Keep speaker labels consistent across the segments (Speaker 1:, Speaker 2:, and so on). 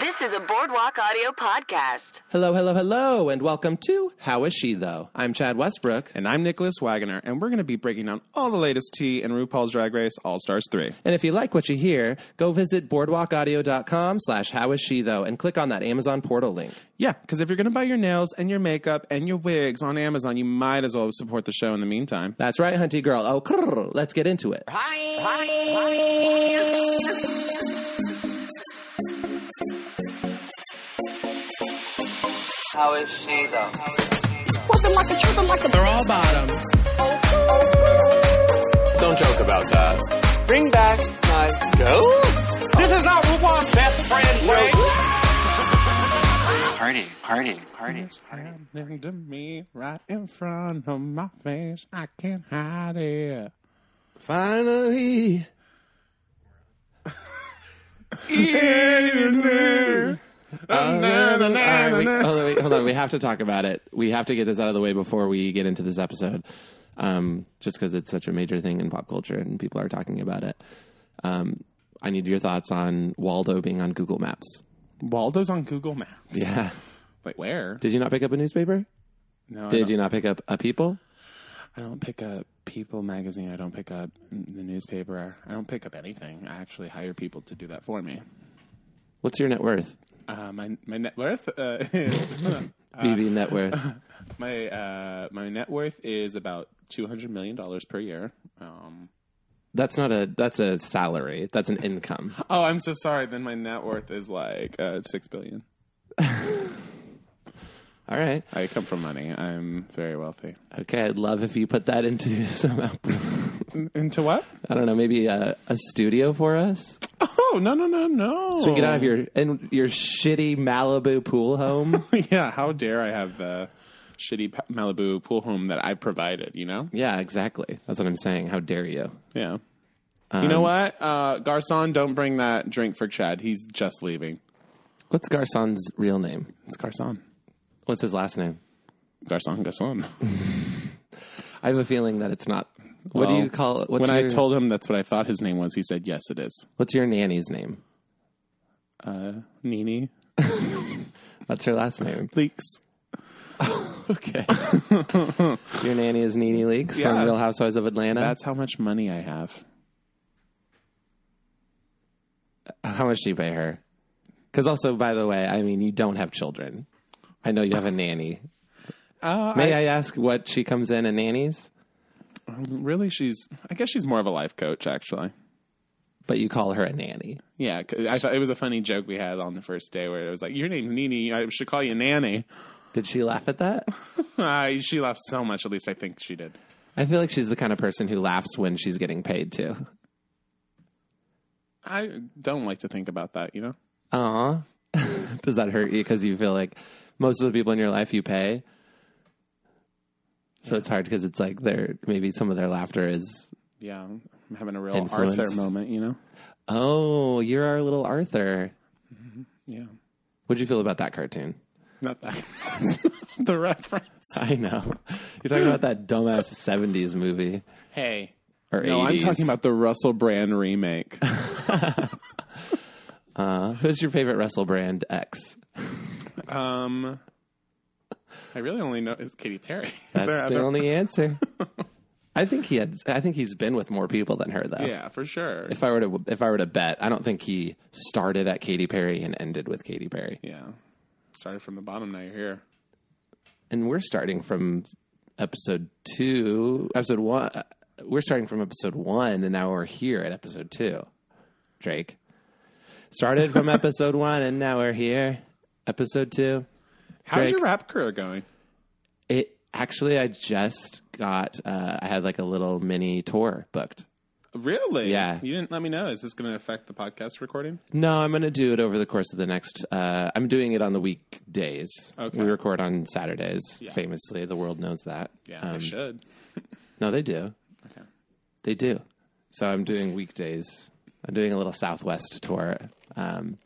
Speaker 1: This is a Boardwalk Audio podcast.
Speaker 2: Hello, hello, hello, and welcome to How Is She Though? I'm Chad Westbrook,
Speaker 3: And I'm Nicholas Wagoner, and we're going to be breaking down all the latest tea in RuPaul's Drag Race All Stars 3.
Speaker 2: and if you like what you hear, go visit boardwalkaudio.com slash How Is She Though and click on that Amazon portal link.
Speaker 3: Yeah, because if you're going to buy your nails and your makeup and your wigs on Amazon, you might as well support the show in the meantime.
Speaker 2: That's right, hunty girl. Oh, crrr, let's get into it.
Speaker 4: How is she though?
Speaker 5: Squirting like a tripping like a
Speaker 2: They're all bottom.
Speaker 6: Don't joke about that.
Speaker 4: Bring back my girls.
Speaker 6: This is not RuPaul's best friend, Wait.
Speaker 4: Party, party, party, party.
Speaker 3: Happening to me right in front of my face. I can't hide it.
Speaker 2: Finally. All right, we, hold, on, wait, hold on. We have to talk about it. We have to get this out of the way before we get into this episode, um, just because it's such a major thing in pop culture and people are talking about it. Um, I need your thoughts on Waldo being on Google Maps.
Speaker 3: Waldo's on Google Maps.
Speaker 2: Yeah.
Speaker 3: Wait, where?
Speaker 2: Did you not pick up a newspaper?
Speaker 3: no, I
Speaker 2: Did
Speaker 3: don't-
Speaker 2: you not pick up a People?
Speaker 3: I don't pick up People magazine. I don't pick up the newspaper. I don't pick up anything. I actually hire people to do that for me.
Speaker 2: What's your net worth?
Speaker 3: Uh, my my net worth uh, is Uh,
Speaker 2: BB net worth.
Speaker 3: my uh, my net worth is about two hundred million dollars per year. Um,
Speaker 2: That's not a. That's a salary. That's an income.
Speaker 3: oh, I'm so sorry. Then my net worth is like uh, six billion.
Speaker 2: All right.
Speaker 3: I come from money. I'm very wealthy.
Speaker 2: Okay. I'd love if you put that into some.
Speaker 3: Into what?
Speaker 2: I don't know. Maybe a, a studio for us.
Speaker 3: Oh no no no no!
Speaker 2: So we get out of your in your shitty Malibu pool home.
Speaker 3: Oh. yeah. How dare I have the shitty pa- Malibu pool home that I provided? You know?
Speaker 2: yeah, exactly. That's what I'm saying. How dare you?
Speaker 3: Yeah. you know what, uh, Garcon? Don't bring that drink for Chad. He's just leaving.
Speaker 2: What's Garcon's real name?
Speaker 3: It's Garcon.
Speaker 2: What's his last name?
Speaker 3: Garcon. Garcon.
Speaker 2: I have a feeling that it's not. What do
Speaker 3: Well,
Speaker 2: you call it? What's
Speaker 3: when
Speaker 2: your,
Speaker 3: I told him that's what I thought his name was, he said, "Yes, it is."
Speaker 2: What's your nanny's name?
Speaker 3: Nini
Speaker 2: That's her last name.
Speaker 3: leaks.
Speaker 2: okay. your nanny is Nene Leakes
Speaker 3: Yeah.
Speaker 2: from Real Housewives of Atlanta.
Speaker 3: That's how much money I have.
Speaker 2: Uh-huh. how much do you pay her? Because also, by the way, I mean you don't have children. I know you have a nanny.
Speaker 3: Uh,
Speaker 2: May I ask what she comes in and nannies?
Speaker 3: really, she's. I guess she's more of a life coach, actually.
Speaker 2: But you call her a nanny.
Speaker 3: Yeah, 'cause I thought it was a funny joke we had on the first day where it was like, "Your name's Nini. I should call you Nanny."
Speaker 2: Did she laugh at that?
Speaker 3: Uh, she laughed so much. At least I think she did.
Speaker 2: I feel like she's the kind of person who laughs when she's getting paid to.
Speaker 3: I don't like to think about that. You know?
Speaker 2: Aw. Does that hurt you because you feel like most of the people in your life you pay? So it's hard because it's like they're maybe some of their laughter is,
Speaker 3: Yeah, I'm having a real
Speaker 2: Influenced.
Speaker 3: Arthur moment. You know?
Speaker 2: oh, you're our little Arthur.
Speaker 3: Yeah,
Speaker 2: What'd you feel about that cartoon?
Speaker 3: not that. the reference.
Speaker 2: I know. You're talking about that dumbass 70s movie
Speaker 3: Hey.
Speaker 2: or
Speaker 3: No,
Speaker 2: 80s.
Speaker 3: I'm talking about the Russell Brand remake.
Speaker 2: Uh, Who's your favorite Russell Brand X?
Speaker 3: Um, I really only know it's Katy Perry.
Speaker 2: That's
Speaker 3: Is there
Speaker 2: the
Speaker 3: other-
Speaker 2: only answer. I think he had. I think he's been with more people than her though.
Speaker 3: Yeah, for sure.
Speaker 2: If I were to if I were to bet, I don't think he started at Katy Perry and ended with Katy Perry.
Speaker 3: yeah, started from the bottom. Now you're here.
Speaker 2: And we're starting from episode 2, episode 1. We're starting from episode 1 and now we're here at episode 2. Drake. Started from episode 1 and now we're here. Episode 2.
Speaker 3: How's
Speaker 2: Drake.
Speaker 3: your rap career going?
Speaker 2: It actually I just got uh, I had like a little mini tour booked.
Speaker 3: Really?
Speaker 2: Yeah.
Speaker 3: You didn't let me know. Is this going to affect the podcast recording?
Speaker 2: No, I'm going to do it over the course of the next. Uh, I'm doing it on the weekdays.
Speaker 3: Okay.
Speaker 2: We record on Saturdays, famously. The world knows that.
Speaker 3: Yeah,
Speaker 2: Um,
Speaker 3: I should.
Speaker 2: No, they do.
Speaker 3: Okay.
Speaker 2: They do. So I'm doing weekdays. I'm doing a little Southwest tour. Um,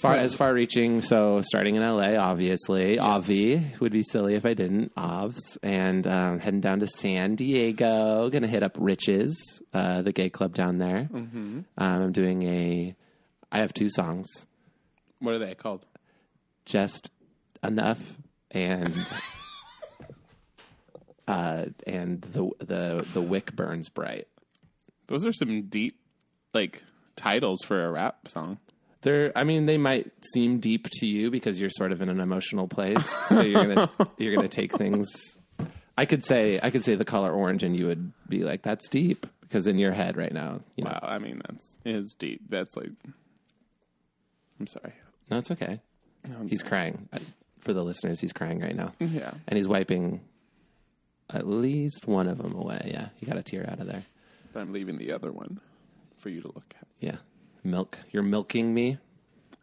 Speaker 2: far as far reaching. So starting in LA, obviously. Avi would be silly if I didn't. Ovs and um, heading down to San Diego. Gonna hit up Riches, uh,
Speaker 3: Mm-hmm.
Speaker 2: the gay club down there. Um, I'm doing a. I have two songs.
Speaker 3: What are they called?
Speaker 2: just enough and uh and the the the wick burns bright
Speaker 3: Those are some deep, like titles for a rap song.
Speaker 2: they're i mean they might seem deep to you because you're sort of in an emotional place so you're gonna you're gonna take things i could say i could say the color orange and you would be like that's deep because in your head right now you know,
Speaker 3: Wow, I mean that's is deep. That's like, I'm sorry.
Speaker 2: no it's okay
Speaker 3: I'm
Speaker 2: he's crying I- for the listeners he's crying right now
Speaker 3: Yeah.
Speaker 2: and he's wiping at least one of them away yeah he got a tear out of there
Speaker 3: But I'm leaving the other one for you to look at.
Speaker 2: Yeah. Milk. You're milking me.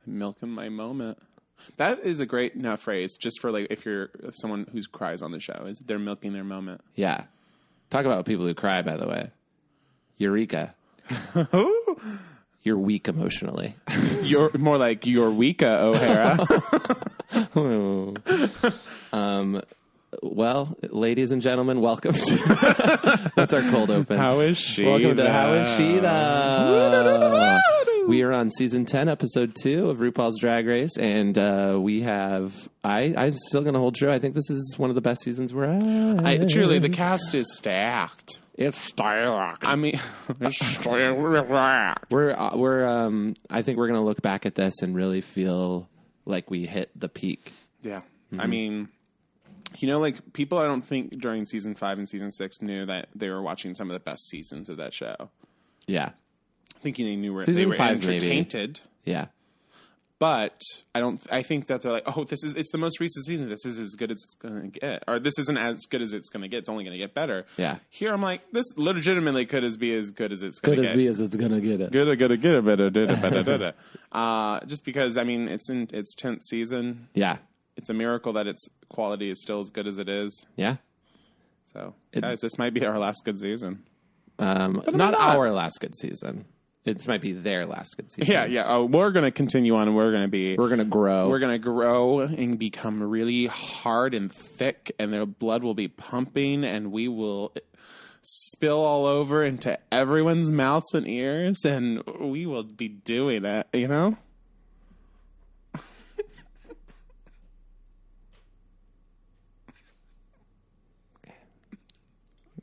Speaker 3: Milking my moment. That is a great now phrase just for like if you're if someone who cries on the show is they're milking their moment.
Speaker 2: Yeah. Talk about people who cry, by the way. Eureka. You're weak emotionally.
Speaker 3: You're more like Eureka O'Hara.
Speaker 2: Um, Well, ladies and gentlemen, welcome to That's our cold open.
Speaker 3: is she?
Speaker 2: welcome to How is She Though? we are on season ten, episode two of RuPaul's Drag Race, and uh, we have I, I'm still gonna hold true. I think this is one of the best seasons we're at.
Speaker 3: I, truly, the cast is stacked.
Speaker 2: it's stylock.
Speaker 3: I mean,
Speaker 2: we're uh, we're um I think we're gonna look back at this and really feel like we hit the peak.
Speaker 3: Yeah. I
Speaker 2: Mm-hmm.
Speaker 3: mean, you know, like people I don't think during season five and season six knew that they were watching some of the best seasons of that show.
Speaker 2: Yeah,
Speaker 3: Thinking they knew where they
Speaker 2: Season
Speaker 3: were
Speaker 2: five, maybe.
Speaker 3: entertained,
Speaker 2: yeah,
Speaker 3: but I don't. I think that they're like, oh, this is it's the most recent season. This is as good as it's gonna get, or this isn't as good as it's gonna get. It's only gonna get better.
Speaker 2: Yeah.
Speaker 3: Here I'm like, this legitimately could as be as good as it's gonna get.
Speaker 2: as it's gonna get it.
Speaker 3: Good, good, good, better, better, better, better. Uh, just because I mean, it's in its tenth season.
Speaker 2: Yeah,
Speaker 3: It's a miracle that its quality is still as good as it is.
Speaker 2: yeah.
Speaker 3: So, guys, this might be our last good season.
Speaker 2: Um, not,
Speaker 3: not-
Speaker 2: our last good season. It might be their last good season.
Speaker 3: Yeah, yeah. Oh, we're going to continue on. and We're going to be.
Speaker 2: We're gonna grow.
Speaker 3: We're going to grow and become really hard and thick, and their blood will be pumping, and we will spill all over into everyone's mouths and ears, and we will be doing it, you know?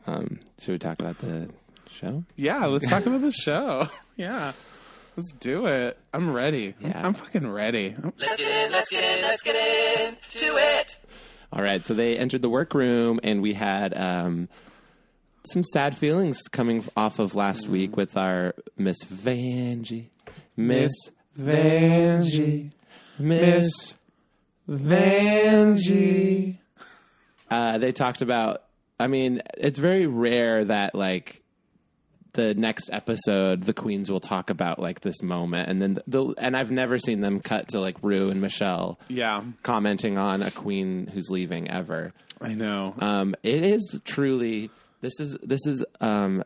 Speaker 2: um, should we talk about the show?
Speaker 3: Yeah, let's talk about the show. Yeah. Let's do it. I'm ready.
Speaker 2: Yeah.
Speaker 3: I'm fucking ready. I'm-
Speaker 4: Let's get in, let's get in, let's get in to it.
Speaker 2: All right, so they entered the workroom, and we had um, some sad feelings coming off of last
Speaker 3: Mm.
Speaker 2: week with our Miss Vanjie, Miss Vanjie, Miss Vanjie. Uh, they talked about. I mean, it's very rare that like the next episode the queens will talk about like this moment, and then the and I've never seen them cut to like Rue and Michelle
Speaker 3: Yeah,
Speaker 2: commenting on a queen who's leaving ever.
Speaker 3: I know.
Speaker 2: Um, it is truly this is this is um,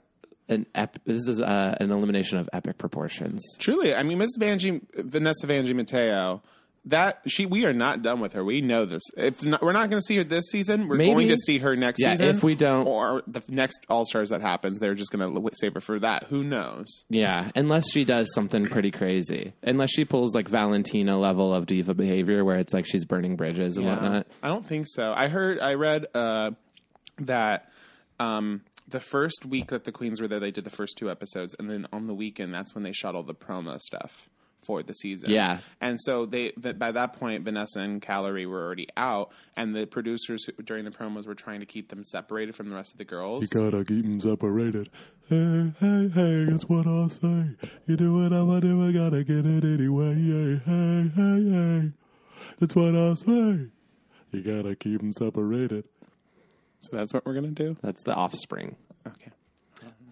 Speaker 2: an ep- this is uh, an elimination of epic proportions.
Speaker 3: Truly, I mean, Miss Vanjie, Vanessa Vanjie Mateo. That she, we are not done with her. We know this. If not, we're not going to see her this season, we're
Speaker 2: Maybe.
Speaker 3: going to see her next
Speaker 2: Yeah,
Speaker 3: season.
Speaker 2: if we don't-
Speaker 3: or the next All Stars that happens, they're just going to save her for that. Who knows?
Speaker 2: Yeah, unless she does something pretty crazy, unless she pulls like Valentina level of diva behavior, where it's like she's burning bridges and whatnot.
Speaker 3: I don't think so. I heard, I read uh, that um, the first week that the queens were there, they did the first two episodes, and then on the weekend, that's when they shot all the promo stuff for the season.
Speaker 2: Yeah.
Speaker 3: and so they th- by that point, Vanessa and Calorie were already out, and the producers who, during the promos were trying to keep them separated from the rest of the girls.
Speaker 5: gotta keep 'em separated. Hey, hey, hey, that's what I say. You do what I want do, I gotta get it anyway. Hey, hey, hey, hey, that's what I say. You gotta keep 'em separated.
Speaker 3: so that's what we're gonna do.
Speaker 2: That's the offspring.
Speaker 3: Okay.
Speaker 2: Mm-hmm.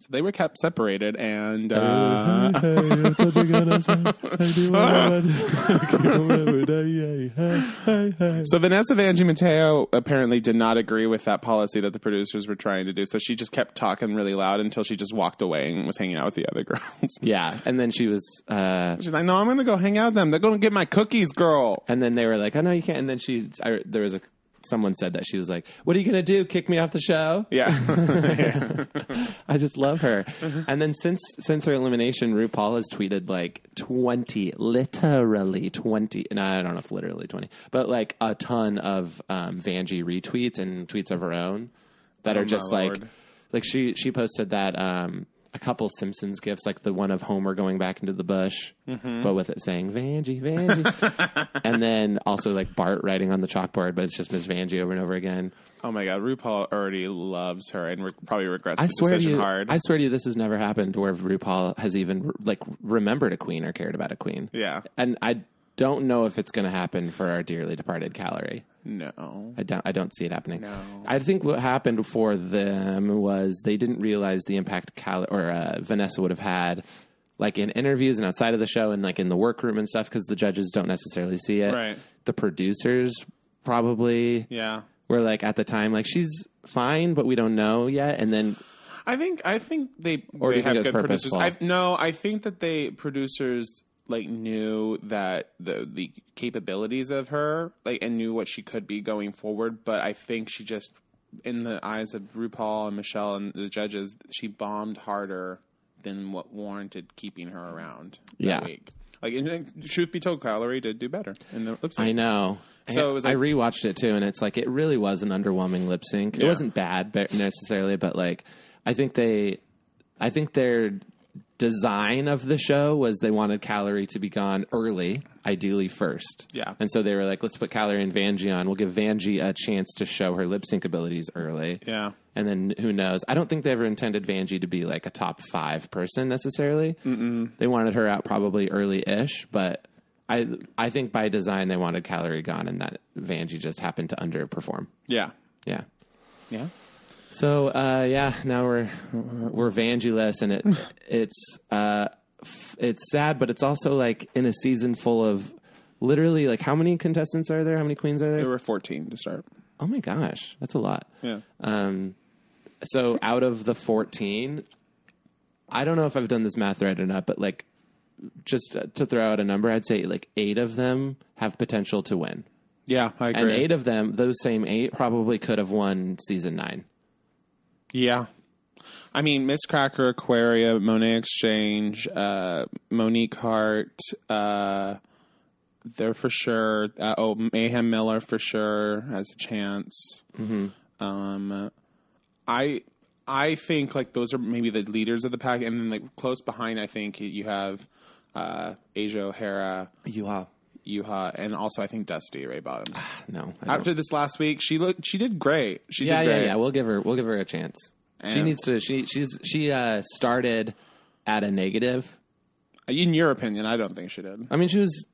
Speaker 3: So they were kept separated, and uh,
Speaker 5: Hey, hey, that's what you gotta say. I do what I want do, keep 'em every day. Hey, hey, hey, hey.
Speaker 3: So Vanessa Vanji Mateo apparently did not agree with that policy that the producers were trying to do. So she just kept talking really loud until she just walked away and was hanging out with the other girls.
Speaker 2: Yeah, and then she was, uh,
Speaker 3: She's like, "No, I'm going to go hang out with them. They're going to get my cookies, girl."
Speaker 2: and then they were like, "Oh no, you can't." And then she, I, there was a someone said that she was like, "What are you gonna do? Kick me off the show?"
Speaker 3: Yeah.
Speaker 2: I just love her.
Speaker 3: Uh-huh.
Speaker 2: and then since since her elimination, RuPaul has tweeted like twenty, literally twenty. And I don't know if literally twenty, but like a ton of um, Vanjie retweets and tweets of her own that
Speaker 3: Oh,
Speaker 2: are just
Speaker 3: my
Speaker 2: like,
Speaker 3: Lord.
Speaker 2: like she she posted that um, a couple Simpsons gifs, like the one of Homer going back into the bush,
Speaker 3: Mm-hmm.
Speaker 2: but with it saying Vanjie, Vanjie, and then also like Bart writing on the chalkboard, but it's just Miss Vanjie over and over again.
Speaker 3: oh my God. RuPaul already loves her and re- probably regrets
Speaker 2: I
Speaker 3: the
Speaker 2: swear to
Speaker 3: decision
Speaker 2: you,
Speaker 3: hard.
Speaker 2: I swear to you, this has never happened where RuPaul has even like remembered a queen or cared about a queen.
Speaker 3: Yeah.
Speaker 2: and I don't know if it's going to happen for our dearly departed Calorie.
Speaker 3: no.
Speaker 2: I don't. I don't see it happening.
Speaker 3: No.
Speaker 2: I think what happened for them was they didn't realize the impact Cal or uh, Vanessa would have had, like in interviews and outside of the show and like in the workroom and stuff, because the judges don't necessarily see it.
Speaker 3: Right.
Speaker 2: The producers probably
Speaker 3: Yeah.
Speaker 2: were like at the time like she's fine, but we don't know yet. And then
Speaker 3: I think I think they
Speaker 2: Or do
Speaker 3: they
Speaker 2: you think
Speaker 3: have
Speaker 2: it was
Speaker 3: good producers. I,
Speaker 2: purposeful?
Speaker 3: no, I think that they producers like knew that the the capabilities of her like and knew what she could be going forward, but I think she just in the eyes of RuPaul and Michelle and the judges, she bombed harder than what warranted keeping her around. that
Speaker 2: Yeah.
Speaker 3: week. Like, and, uh, truth be told, Calorie did do better in the lip sync.
Speaker 2: I know.
Speaker 3: So it was like-
Speaker 2: I rewatched it too, and it's like it really was an underwhelming lip sync. It
Speaker 3: Yeah.
Speaker 2: wasn't bad but necessarily, but like I think they, I think their design of the show was they wanted Calorie to be gone early, ideally first.
Speaker 3: Yeah.
Speaker 2: and so they were like, let's put Calorie and Vanjie on. We'll give Vanjie a chance to show her lip sync abilities early.
Speaker 3: Yeah.
Speaker 2: And then who knows? I don't think they ever intended Vanjie to be like a top five person necessarily. Mm-mm. They wanted her out probably early ish, but I I think by design they wanted Calorie gone, and that Vanjie just happened to underperform.
Speaker 3: Yeah.
Speaker 2: Yeah.
Speaker 3: Yeah.
Speaker 2: So uh, yeah, now we're we're Vanjie-less, and it it's uh, f- it's sad, but it's also like in a season full of literally like how many contestants are there? How many queens are
Speaker 3: They
Speaker 2: there?
Speaker 3: were 14 to start.
Speaker 2: Oh my gosh, that's a lot.
Speaker 3: Yeah.
Speaker 2: Um, so out of the 14, I don't know if I've done this math right or not, but like just uh, to throw out a number, I'd say like eight of them have potential to win.
Speaker 3: Yeah, I agree.
Speaker 2: And eight of them, those same eight, probably could have won season nine.
Speaker 3: Yeah. I mean, Miss Cracker, Aquaria, Monet Exchange, uh, Monique Hart, uh, they're for sure. Uh, oh, Mayhem Miller for sure has a chance.
Speaker 2: Mm-hmm.
Speaker 3: Um, I I think like those are maybe the leaders of the pack, and then like close behind, I think you have uh, Asia O'Hara,
Speaker 2: You are.
Speaker 3: Yuha, and also I think Dusty Ray Bottoms.
Speaker 2: No. Ah, I don't.
Speaker 3: After this last week, she looked she did great. She
Speaker 2: yeah,
Speaker 3: did great.
Speaker 2: yeah, yeah. We'll give her, we'll give her a chance. she
Speaker 3: And-
Speaker 2: needs to, she, she's, she, uh, started at a negative.
Speaker 3: In your opinion, I don't think she did.
Speaker 2: I mean, she was,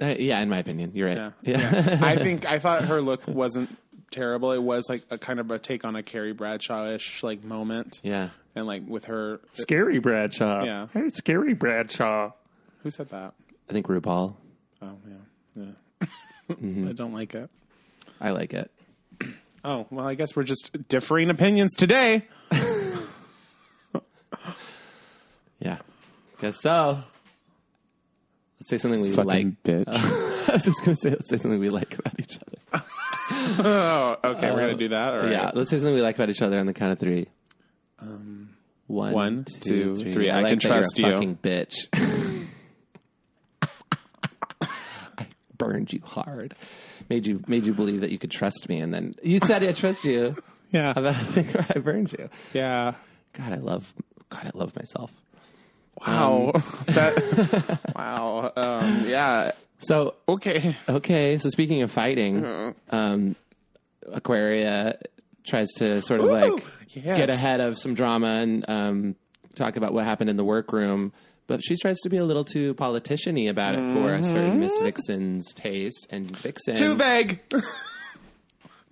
Speaker 2: uh, yeah, in my opinion, you're right.
Speaker 3: Yeah.
Speaker 2: yeah.
Speaker 3: I think I thought her look wasn't terrible. It was like a kind of a take on a Carrie Bradshaw ish like moment.
Speaker 2: yeah.
Speaker 3: And like with her
Speaker 7: Scary Bradshaw.
Speaker 3: Yeah.
Speaker 7: Hey, Scary Bradshaw.
Speaker 3: who said that?
Speaker 2: I think RuPaul.
Speaker 3: Oh yeah. Yeah. I don't like it.
Speaker 2: I like it.
Speaker 3: Oh, well I guess we're just differing opinions today.
Speaker 2: Yeah. Guess so. Let's say something we like.
Speaker 3: bitch.
Speaker 2: I was just gonna say let's say something we like about each other.
Speaker 3: oh, okay, we're gonna do that. All right.
Speaker 2: Yeah, let's say something we like about each other on the count of three. Um,
Speaker 3: one, two, three. I
Speaker 2: like
Speaker 3: can
Speaker 2: that you're a
Speaker 3: trust you.
Speaker 2: Fucking bitch. I burned you hard. Made you made you believe that you could trust me, and then you said I trust you.
Speaker 3: Yeah.
Speaker 2: About a thing where I burned you.
Speaker 3: Yeah.
Speaker 2: God, I love. God, I love myself.
Speaker 3: Wow. that, wow. Um, yeah.
Speaker 2: So
Speaker 3: Okay.
Speaker 2: Okay, so speaking of fighting,
Speaker 3: Mm-hmm.
Speaker 2: um, Aquaria tries to sort of like
Speaker 3: yes.
Speaker 2: get ahead of some drama and um, talk about what happened in the workroom, but she tries to be a little too politician-y about it for a certain Miss Vixen's taste and Vixen.
Speaker 3: Mm-hmm. Too vague.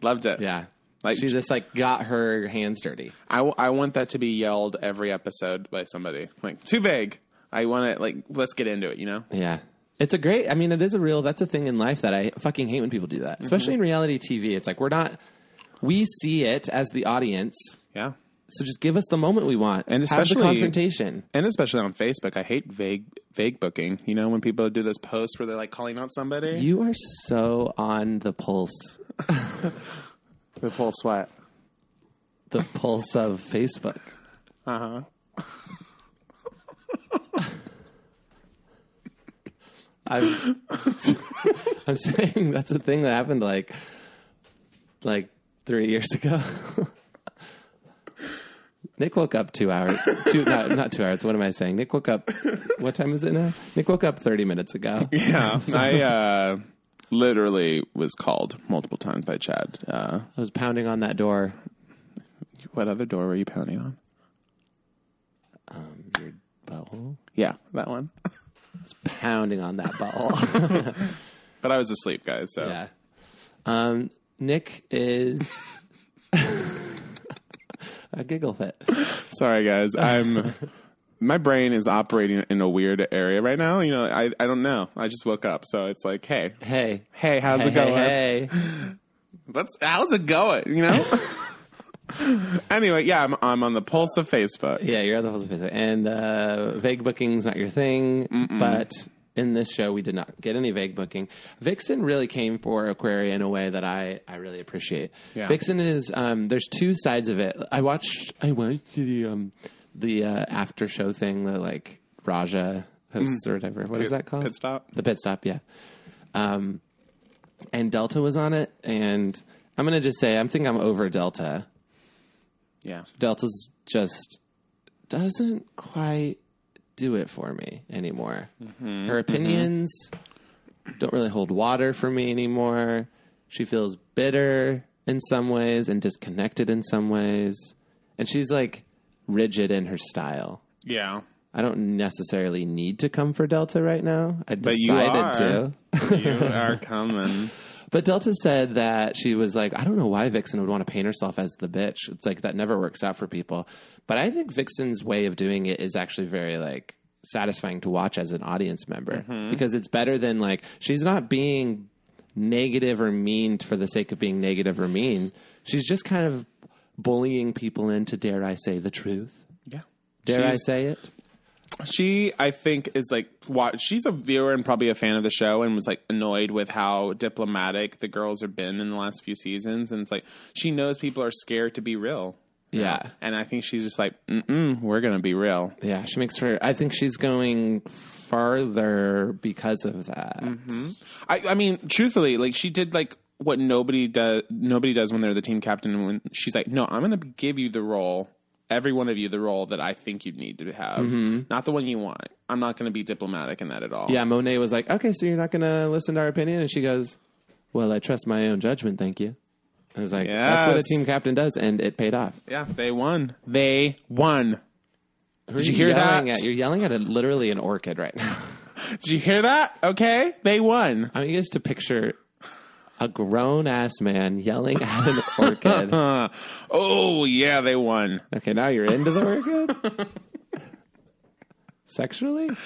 Speaker 3: Loved it.
Speaker 2: Yeah.
Speaker 3: Like-
Speaker 2: she just like got her hands dirty.
Speaker 3: I, w- I want that to be yelled every episode by somebody. Like, too vague. I want it, like, let's get into it, you know?
Speaker 2: Yeah. It's a great, I mean, it is a real, that's a thing in life that I fucking hate when people do
Speaker 3: Mm-hmm.
Speaker 2: that, especially in reality TV. It's like, we're not, we see it as the audience.
Speaker 3: Yeah.
Speaker 2: So just give us the moment we want,
Speaker 3: And
Speaker 2: Have the
Speaker 3: especially-
Speaker 2: confrontation.
Speaker 3: and especially on Facebook, I hate vague vague booking. You know when people do this post where they're like calling out somebody.
Speaker 2: You are so on the pulse,
Speaker 3: the full sweat.
Speaker 2: the pulse of Facebook.
Speaker 3: Uh-huh.
Speaker 2: Uh huh. I'm, I'm saying that's a thing that happened like, like three years ago. Nick woke up two hours, two not, not two hours. What am I saying? Nick woke up. What time is it now? Nick woke up thirty minutes ago.
Speaker 3: Yeah, I uh, literally was called multiple times by Chad. Uh,
Speaker 2: I was pounding on that door.
Speaker 3: what other door were you pounding on?
Speaker 2: Your butthole.
Speaker 3: Yeah, that one.
Speaker 2: pounding on that ball.
Speaker 3: But I was asleep, guys. So
Speaker 2: yeah. Um, Nick is a giggle fit.
Speaker 3: sorry, guys. I'm my brain is operating in a weird area right now. You know, I I don't know. I just woke up, so it's like, hey,
Speaker 2: Hey.
Speaker 3: hey, how's
Speaker 2: hey,
Speaker 3: it going?
Speaker 2: Hey, hey.
Speaker 3: Let's how's it going? You know. anyway, yeah, I'm I'm on the pulse of Facebook.
Speaker 2: Yeah, you're on the Pulse of Facebook. And uh, vague booking's not your thing, but in this show, we did not get any vague booking. Vixen really came for Aquaria in a way that I, I really appreciate.
Speaker 3: Yeah.
Speaker 2: Vixen is um, there's two sides of it. I watched I went to the um, the uh, after show thing that like Raja hosts or whatever. What is that called?
Speaker 3: Mm-hmm. Pit stop.
Speaker 2: The pit stop, yeah. Um, and Delta was on it, and I'm gonna just say I'm think I'm over Delta.
Speaker 3: Yeah.
Speaker 2: Delta's just doesn't quite do it for me anymore.
Speaker 3: Mm-hmm.
Speaker 2: Her opinions don't really hold water for me anymore. She feels bitter in some ways and disconnected in some ways. And she's like rigid in her style.
Speaker 3: Yeah.
Speaker 2: I don't necessarily need to come for Delta right now. I
Speaker 3: But you
Speaker 2: decided
Speaker 3: are.
Speaker 2: to.
Speaker 3: You are coming.
Speaker 2: But Delta said that she was like, I don't know why Vixen would want to paint herself as the bitch. It's like that never works out for people. But I think Vixen's way of doing it is actually very like satisfying to watch as an audience member because it's better than like she's not being negative or mean for the sake of being negative or mean. She's just kind of bullying people into dare I say the truth.
Speaker 3: Yeah.
Speaker 2: Dare I
Speaker 3: She's-
Speaker 2: say it?
Speaker 3: She, I think, is like what she's a viewer and probably a fan of the show, and was like annoyed with how diplomatic the girls have been in the last few seasons. And it's like she knows people are scared to be real,
Speaker 2: Yeah.
Speaker 3: and I think she's just like, Mm-mm, we're gonna be real.
Speaker 2: Yeah, she makes her. I think she's going farther because of that.
Speaker 3: I, I mean, truthfully, like she did like what nobody does. Nobody does when they're the team captain. When she's like, "No, I'm going to give you the role, every one of you, the role that I think you need to have, not the one you want. I'm not going to be diplomatic in that at all."
Speaker 2: Mm-hmm. Yeah, Monet was like, "Okay, so you're not going to listen to our opinion," and she goes, "Well, I trust my own judgment, thank you." I was like, "That's what a
Speaker 3: Yes.
Speaker 2: team captain does," and it paid off.
Speaker 3: yeah, they won. They won.
Speaker 2: Did
Speaker 3: you hear
Speaker 2: yelling
Speaker 3: that?
Speaker 2: At, you're yelling at a, literally an orchid right now.
Speaker 3: Did you hear that? Okay, they won.
Speaker 2: I want you guys to picture a grown ass man yelling at an orchid.
Speaker 3: Oh yeah, they won.
Speaker 2: Okay, now you're into the orchid. Sexually, it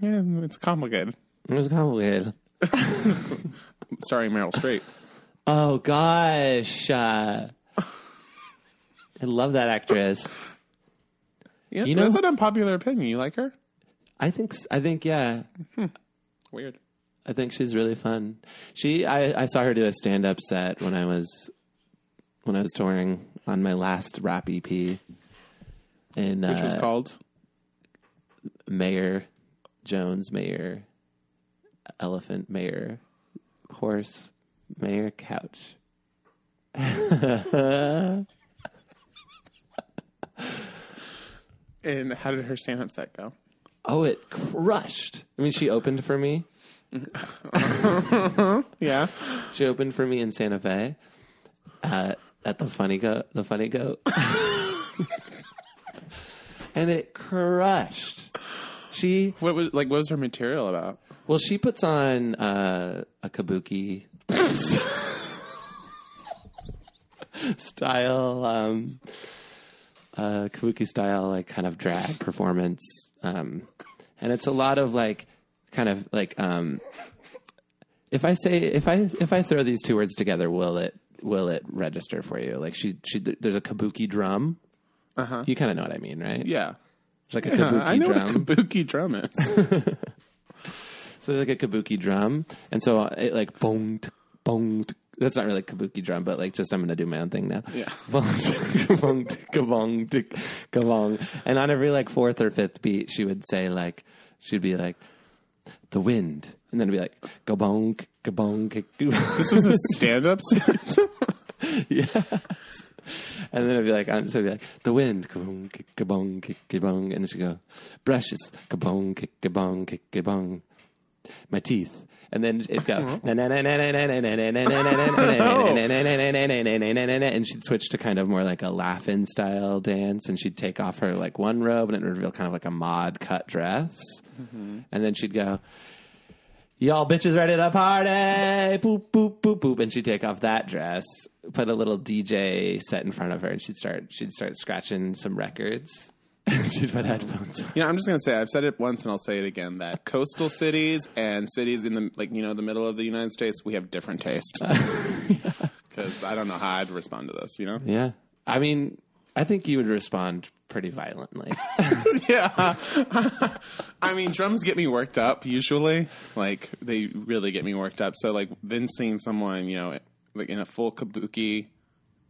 Speaker 3: Yeah, it's complicated.
Speaker 2: was complicated.
Speaker 3: Starring Meryl Streep.
Speaker 2: Oh gosh, uh, I love that actress.
Speaker 3: Yeah,
Speaker 2: You know-
Speaker 3: that's an unpopular opinion. You like her?
Speaker 2: I think s- I think yeah,
Speaker 3: Weird.
Speaker 2: I think she's really fun. She I, I saw her do a stand up set when I was when I was touring on my last rap E EP. And
Speaker 3: Which was called.
Speaker 2: uh, Mayor Jones, Mayor Elephant, Mayor Horse, Mayor Couch.
Speaker 3: And how did her stand-up set go?
Speaker 2: Oh, it crushed. I mean, she opened for me.
Speaker 3: Yeah.
Speaker 2: She opened for me in Santa Fe uh, at the Funny Goat. The Funny Goat. and it crushed. She
Speaker 3: What was like? What was her material about?
Speaker 2: well, she puts on uh, a kabuki style, um, uh, kabuki style, like kind of drag performance, um, and it's a lot of like, kind of like, um, if I say if I if I throw these two words together, will it will it register for you? Like she she there's a kabuki drum You kind of know what I mean, right?
Speaker 3: Uh-huh. Yeah.
Speaker 2: There's like a
Speaker 3: Yeah,
Speaker 2: kabuki
Speaker 3: I know
Speaker 2: drum.
Speaker 3: what a kabuki drum is.
Speaker 2: so there's like a kabuki drum, and so uh, it like bong t- bong. t- That's not really kabuki drum, but like just I'm gonna do my own thing now.
Speaker 3: Yeah.
Speaker 2: bong t- kabong t- kabong t- kabong. And on every like fourth or fifth beat, she would say like she'd be like the wind, and then it'd be like kabong kabong kabong.
Speaker 3: this was a stand up set.
Speaker 2: And then it'd be like, um, so it'd be like, the wind, kabong, kick, kabong, kick, kabong. And then she'd go, brushes, kabong, kick, kabong, kick, kabong. My teeth. And then it'd go, na na na na na na na na na na na na na na na na na na na na na na na And she'd switch to kind of more like a laugh-in style dance. And she'd take off her like one robe and it would reveal kind of like a mod cut dress. And then she'd go, Y'all bitches ready to party? Boop, boop, boop, boop. And she'd take off that dress, put a little DJ set in front of her, and she'd start she'd start scratching some records. she'd put headphones on.
Speaker 3: You know, I'm just gonna say I've said it once and I'll say it again that coastal cities and cities in the like you know the middle of the United States we have different taste. Because I don't know how I'd respond to this, you know?
Speaker 2: Yeah. I mean, I think you would respond pretty violently.
Speaker 3: Yeah. I mean, drums get me worked up usually. Like they really get me worked up. So like then seeing someone you know like in a full kabuki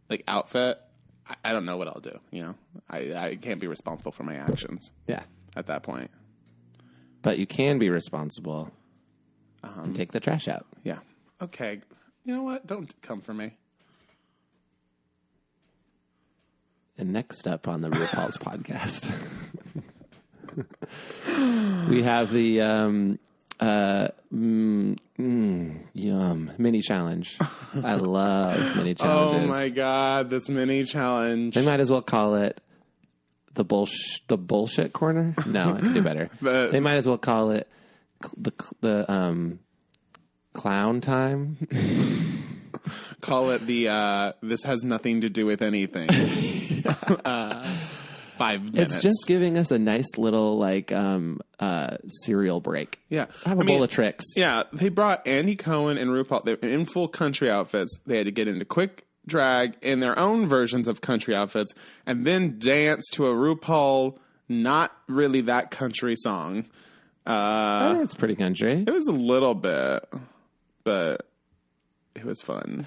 Speaker 3: like outfit, I, I don't know what I'll do. You know, I I can't be responsible for my actions
Speaker 2: yeah.
Speaker 3: at that point.
Speaker 2: But you can be responsible and take the trash out.
Speaker 3: Yeah. Okay. You know what? Don't come for me.
Speaker 2: And next up on the RuPaul's podcast, we have the um, uh, mm, mm, yum mini challenge. I love mini challenges.
Speaker 3: Oh my god, this mini challenge.
Speaker 2: They might as well call it the bullsh- the bullshit corner. No, I can do better.
Speaker 3: The-
Speaker 2: they might as well call it cl- the cl- the um, clown time.
Speaker 3: Call it the uh this has nothing to do with anything. Uh, five minutes.
Speaker 2: It's just giving us a nice little like um, uh, cereal break.
Speaker 3: yeah.
Speaker 2: Have a
Speaker 3: a
Speaker 2: bowl of tricks.
Speaker 3: Yeah, they brought Andy Cohen and RuPaul. They were in full country outfits. They had to get into quick drag in their own versions of country outfits, and then dance to a RuPaul not really that country song. Uh,
Speaker 2: That's pretty country.
Speaker 3: it was a little bit, but it was fun.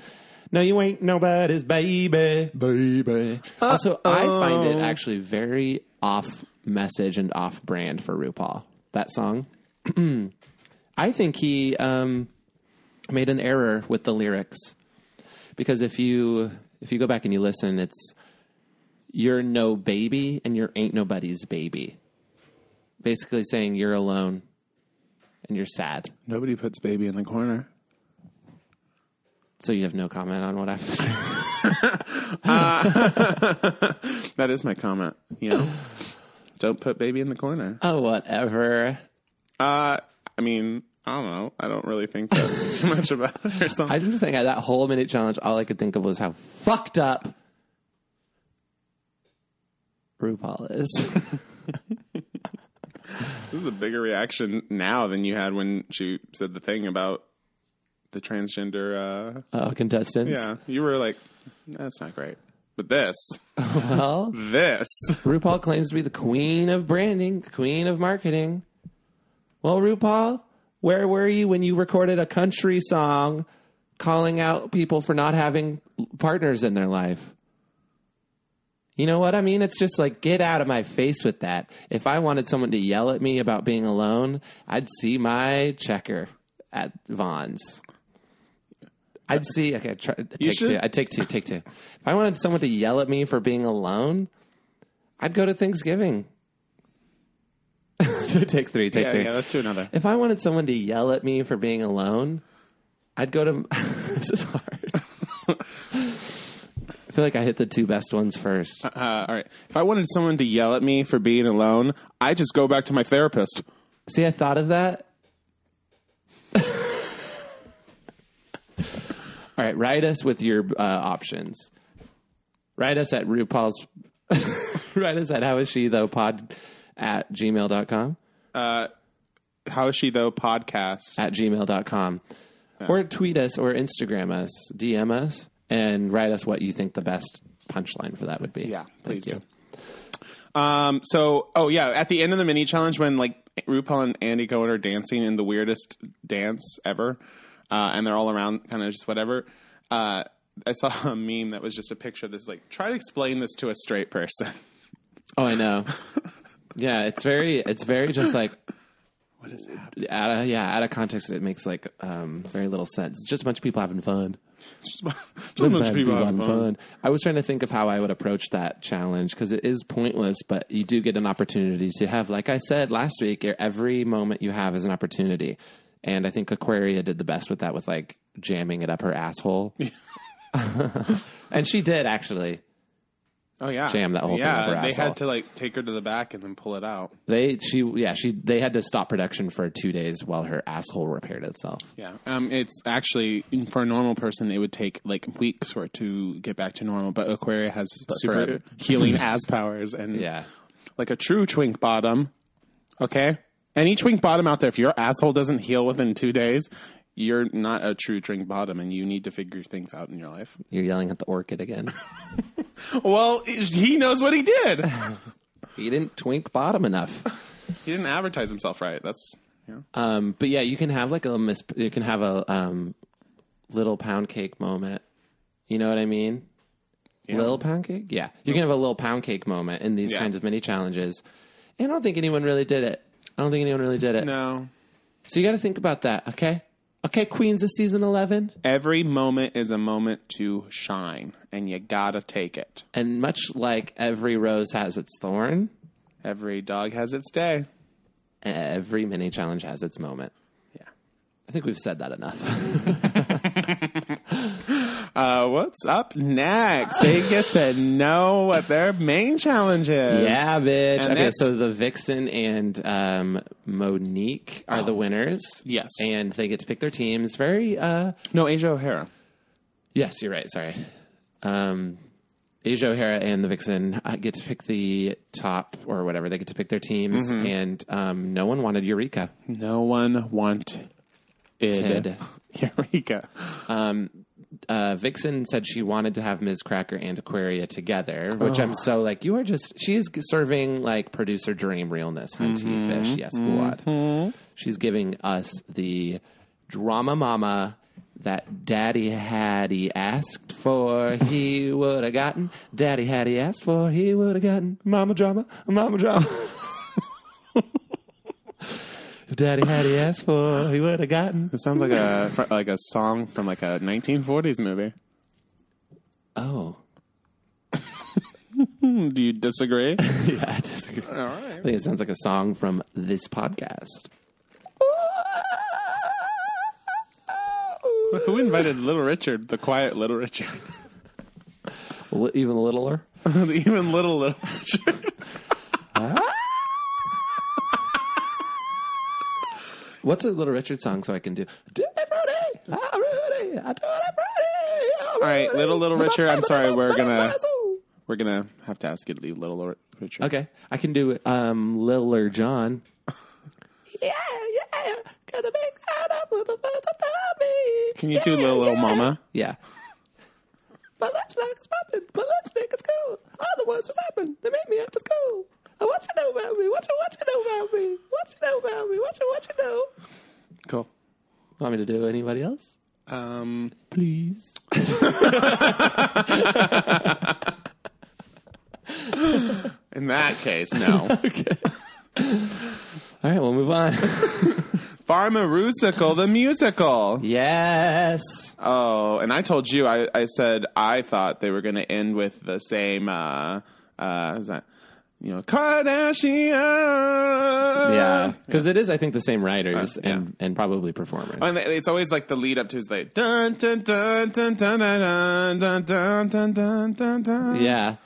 Speaker 2: No, you ain't nobody's baby, baby. Also, I find it actually very off message and off brand for RuPaul. That song. I think he um, made an error with the lyrics because if you if you go back and you listen, it's you're no baby and you're ain't nobody's baby. Basically saying you're alone and you're sad.
Speaker 3: Nobody puts baby in the corner.
Speaker 2: So you have no comment on what I've said.
Speaker 3: That is my comment. You know, don't put baby in the corner.
Speaker 2: Oh, whatever.
Speaker 3: Uh, I mean, I don't know. I don't really think that too much about it or something.
Speaker 2: I'm just saying at that whole minute challenge, all I could think of was how fucked up RuPaul is.
Speaker 3: This is a bigger reaction now than you had when she said the thing about the transgender. Uh,
Speaker 2: oh, contestants.
Speaker 3: yeah, you were like, that's not great. But this,
Speaker 2: Well,
Speaker 3: this,
Speaker 2: RuPaul claims to be the queen of branding, the queen of marketing. Well, RuPaul, where were you when you recorded a country song calling out people for not having partners in their life? You know what I mean? It's just like, get out of my face with that. If I wanted someone to yell at me about being alone, I'd see my checker at Vaughn's. I'd see, okay, try, take
Speaker 3: should-
Speaker 2: two. I'd take two, take two. If I wanted someone to yell at me for being alone, I'd go to Thanksgiving. take three, take
Speaker 3: yeah,
Speaker 2: three.
Speaker 3: yeah, let's do another.
Speaker 2: If I wanted someone to yell at me for being alone, I'd go to. this is hard. I feel like I hit the two best ones first.
Speaker 3: Uh, all right. If I wanted someone to yell at me for being alone, I just go back to my therapist.
Speaker 2: See, I thought of that. All right, write us with your uh, options. Write us at RuPaul's. write us at how is she though pod at gmail.com.
Speaker 3: How is she though? Podcast.
Speaker 2: at gmail.com or tweet us or instagram us dm us and write us what you think the best punchline for that would be
Speaker 3: Yeah,
Speaker 2: thank
Speaker 3: please
Speaker 2: you
Speaker 3: Um, so, oh yeah, at the end of the mini challenge, when like RuPaul and Andy Cohen are dancing in the weirdest dance ever, uh, and they're all around, kind of just whatever. Uh, I saw a meme that was just a picture. That's like, try to explain this to a straight person.
Speaker 2: Oh, I know. yeah, it's very it's very just like
Speaker 3: What is happening?
Speaker 2: out of yeah out of context. It makes like um, very little sense. It's just a bunch of people having fun.
Speaker 3: Just a bunch of people having fun.
Speaker 2: I was trying to think of how I would approach that challenge because it is pointless, but you do get an opportunity to have, like I said last week, your- every moment you have is an opportunity. And I think Aquaria did the best with that, with like jamming it up her asshole. and she did actually.
Speaker 3: Oh yeah,
Speaker 2: Jam that whole thing
Speaker 3: Yeah,
Speaker 2: up her
Speaker 3: they
Speaker 2: asshole.
Speaker 3: had to like take her to the back and then pull it out.
Speaker 2: They she yeah she they had to stop production for two days while her asshole repaired itself.
Speaker 3: Yeah, um, it's actually for a normal person it would take like weeks for it to get back to normal, but Aquaria has super
Speaker 2: for a-
Speaker 3: healing as powers and
Speaker 2: Yeah,
Speaker 3: like a true twink bottom. Okay, any twink bottom out there, if your asshole doesn't heal within two days, you're not a true twink bottom, and you need to figure things out in your life.
Speaker 2: you're yelling at the orchid again.
Speaker 3: Well, he knows what he did.
Speaker 2: he didn't twink bottom enough.
Speaker 3: he didn't advertise himself right. That's
Speaker 2: Um, but yeah, you can have like a mis- you can have a um, little pound cake moment. You know what I mean? Little pound cake? Yeah. You can have a little pound cake moment in these
Speaker 3: Yeah.
Speaker 2: kinds of mini challenges. And I don't think anyone really did it. I don't think anyone really did it.
Speaker 3: no.
Speaker 2: So you got to think about that, okay? Okay, Queens of season 11.
Speaker 3: Every moment is a moment to shine, and you gotta take it.
Speaker 2: And much like every rose has its thorn,
Speaker 3: Every dog has its day.
Speaker 2: every mini challenge has its moment. Yeah. I think we've said that enough.
Speaker 3: Uh, what's up next? They get to know what their main challenge is.
Speaker 2: Yeah, bitch.
Speaker 3: And
Speaker 2: okay,
Speaker 3: that's-
Speaker 2: so the Vixen and um, Monique are the winners.
Speaker 3: Oh. Yes.
Speaker 2: and they get to pick their teams. Very. uh
Speaker 3: No, Asia O'Hara.
Speaker 2: Yes, you're right. Sorry. Um, Asia O'Hara and the Vixen uh, get to pick the top or whatever. They get to pick their teams,
Speaker 3: Mm-hmm.
Speaker 2: and um, no one wanted Eureka.
Speaker 3: No one wanted
Speaker 2: Ted.
Speaker 3: Eureka.
Speaker 2: Uh, Vixen said she wanted to have Ms. Cracker and Aquaria together, which I'm so like, you are just, she is serving like producer dream realness, hunty fish. Yes, Gulad. She's giving us the drama mama that daddy had he asked for, he would have gotten. Daddy had he asked for, he would have gotten. Mama drama, mama drama. If Daddy had he asked for, he would have gotten.
Speaker 3: It sounds like a fr- like a song from like a 1940s movie.
Speaker 2: Oh,
Speaker 3: Hmm, Do you disagree?
Speaker 2: yeah, I disagree.
Speaker 3: All right.
Speaker 2: I think it sounds like a song from this podcast.
Speaker 3: Who invited Little Richard, the quiet Little Richard,
Speaker 2: Li- even littler.
Speaker 3: the even little Little Richard?
Speaker 2: What's a Little Richard song so I can do? Do it, Rudy! Ah, Rudy! I do it, Rudy! Ah,
Speaker 3: All right,
Speaker 2: Rudy!
Speaker 3: Little Little Richard. I'm sorry, we're gonna
Speaker 2: Basil!
Speaker 3: we're gonna have to ask you to leave Little Little Richard.
Speaker 2: Okay, I can do um, Littler John. yeah, yeah, gonna make that up with the first time me.
Speaker 3: Can you do Little Little Mama?
Speaker 2: Yeah. My lipstick's popping. My lipstick is cool. All the words was happening. They made me up to school. Oh, what you know about me? What you what you know about me? What you know about me? What you what you know?
Speaker 3: Cool.
Speaker 2: Want me to do anybody else?
Speaker 3: Um,
Speaker 2: Please.
Speaker 3: in that case, no.
Speaker 2: All right, we'll move on.
Speaker 3: Farmarusical, the musical.
Speaker 2: yes.
Speaker 3: Oh, and I told you, I, I said I thought they were going to end with the same, uh, uh, who's that? You know, Kardashian.
Speaker 2: Yeah, because Uh, it is, I think, the same writers
Speaker 3: Uh, yeah.
Speaker 2: and, and probably performers.
Speaker 3: And it's always like the lead up to is like dun dun dun dun dun dun dun dun dun dun dun dun.
Speaker 2: yeah.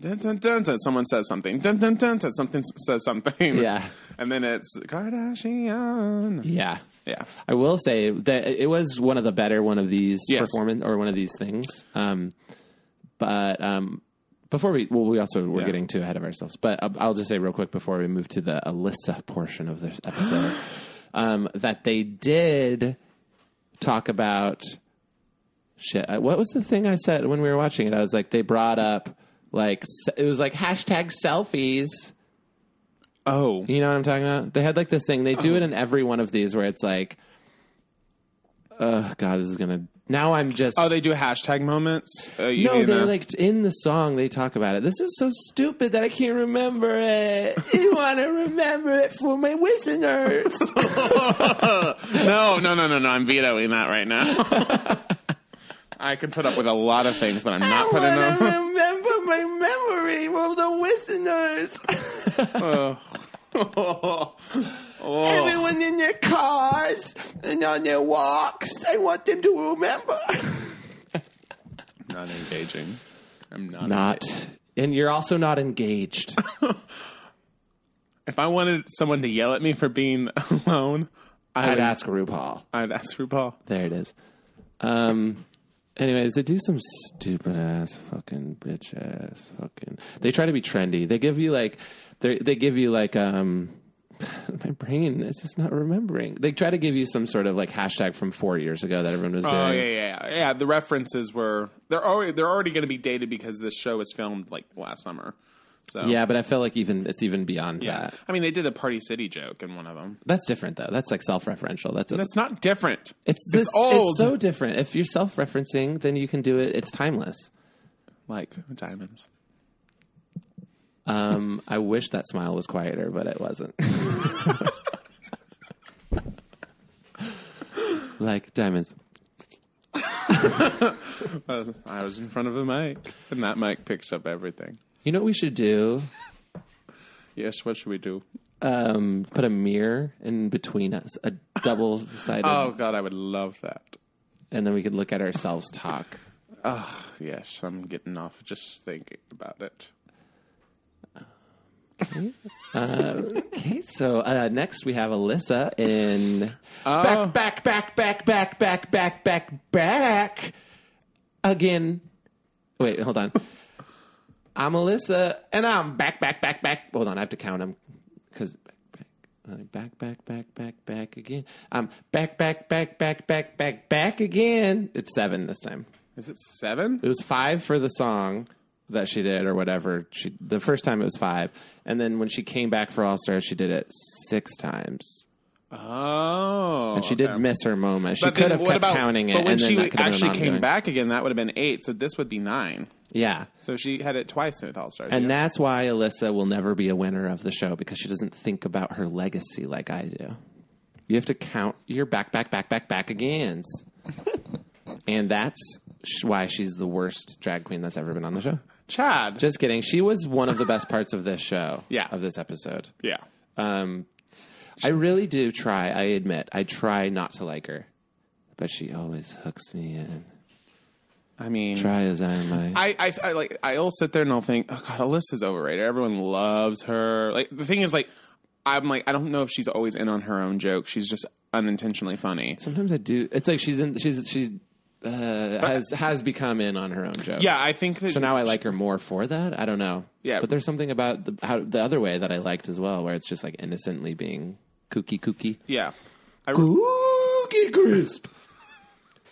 Speaker 3: Dun, dun, dun, dun. Someone says something. Dun dun dun. dun. Something s- says something.
Speaker 2: Yeah.
Speaker 3: And then it's Kardashian.
Speaker 2: Yeah.
Speaker 3: Yeah.
Speaker 2: I will say that it was one of the better one of these
Speaker 3: Yes.
Speaker 2: performance or one of these things. Um, but um, before we well, we also we're
Speaker 3: Yeah.
Speaker 2: getting too ahead of ourselves. But uh, I'll just say real quick before we move to the Alyssa portion of this episode um, that they did talk about shit. Uh, What was the thing I said when we were watching it? I was like, they brought up like s- it was like hashtag selfies.
Speaker 3: Oh,
Speaker 2: You know what I'm talking about? They had like this thing. They do it in every one of these where it's like, oh god, this is gonna. Now I'm just.
Speaker 3: oh, they do hashtag moments. Uh, you
Speaker 2: no,
Speaker 3: mean
Speaker 2: they
Speaker 3: the-
Speaker 2: like in the song they talk about it. This is so stupid that I can't remember it. you want to remember it for my listeners?
Speaker 3: no, no, no, no, no. I'm vetoing that right now. I could put up with a lot of things, but I'm not putting
Speaker 2: I
Speaker 3: up.
Speaker 2: want to remember my memory for the listeners.
Speaker 3: Oh.
Speaker 2: Everyone in their cars and on their walks. I want them to remember.
Speaker 3: not engaging. I'm not.
Speaker 2: Not. And you're also not engaged.
Speaker 3: If I wanted someone to yell at me for being alone, I
Speaker 2: I'd
Speaker 3: would,
Speaker 2: ask RuPaul.
Speaker 3: I'd ask RuPaul.
Speaker 2: There it is. Um. Anyways, they do some stupid ass, fucking bitch ass, fucking. They try to be trendy. They give you like, they they give you like, um, my brain is just not remembering. They try to give you some sort of like hashtag from four years ago that everyone was doing.
Speaker 3: Oh yeah, yeah, yeah. Yeah, The references were they're already they're already going to be dated because this show was filmed like last summer. So
Speaker 2: Yeah, but I feel like even it's even beyond
Speaker 3: yeah.
Speaker 2: that.
Speaker 3: I mean, they did a Party City joke in one of them.
Speaker 2: That's different though. That's like self-referential. That's, what,
Speaker 3: That's not different.
Speaker 2: it's this. It's,
Speaker 3: old.
Speaker 2: so different. If you're self-referencing, then you can do it. It's timeless.
Speaker 3: like diamonds.
Speaker 2: Um, I wish that smile was quieter, but it wasn't. like diamonds.
Speaker 3: Uh, I was in front of a mic, and that mic picks up everything.
Speaker 2: You know what we should do?
Speaker 3: Yes, what should we do?
Speaker 2: Um, put a mirror in between us, a double sided,
Speaker 3: Oh God, I would love that.
Speaker 2: and then we could look at ourselves talk.
Speaker 3: Yes, I'm getting off just thinking about it.
Speaker 2: Okay, so uh, next we have Alyssa in back, back, back, back, back, back, back, back again. Wait, hold on. I'm Alyssa, and I'm back, back, back, back. Hold on, I have to count them because back, back, back, back, back, back, back again. I'm back, back, back, back, back, back, back again. It's seven this time.
Speaker 3: Is it seven?
Speaker 2: It was five for the song that she did, or whatever. She the first time it was five, and then when she came back for All Stars, she did it six times,
Speaker 3: Oh,
Speaker 2: and she did miss her moment. She
Speaker 3: But
Speaker 2: could
Speaker 3: then
Speaker 2: have
Speaker 3: what
Speaker 2: kept counting it,
Speaker 3: But when
Speaker 2: and then
Speaker 3: she
Speaker 2: that could have been
Speaker 3: actually
Speaker 2: an
Speaker 3: came
Speaker 2: ongoing.
Speaker 3: back again, that would have been eight. So this would be nine.
Speaker 2: yeah.
Speaker 3: So she had it twice with All Stars.
Speaker 2: And
Speaker 3: yeah.
Speaker 2: that's why Alyssa will never be a winner of the show because she doesn't think about her legacy like I do. You have to count your back, back, back, back, back agains, and that's sh- why she's the worst drag queen that's ever been on the show.
Speaker 3: Chad.
Speaker 2: Just kidding. She was one of the best parts of this show.
Speaker 3: Yeah.
Speaker 2: Of this episode.
Speaker 3: yeah.
Speaker 2: Um, I really do try. I admit, I try not to like her, but she always hooks me in.
Speaker 3: I mean,
Speaker 2: Try as I might.
Speaker 3: I, I, I like I'll sit there and I'll think, oh god, Alyssa's overrated. Everyone loves her. Like the thing is, like I'm like I don't know if she's always in on her own joke. She's just unintentionally funny.
Speaker 2: Sometimes I do. It's like she's in. She's she's uh, has has become in on her own joke.
Speaker 3: Yeah, I think that.
Speaker 2: So now I like her more for that. I don't know.
Speaker 3: Yeah.
Speaker 2: But there's something about the how, the other way that I liked as well, where it's just like innocently being kooky kooky.
Speaker 3: yeah, I,
Speaker 2: Kooky crisp.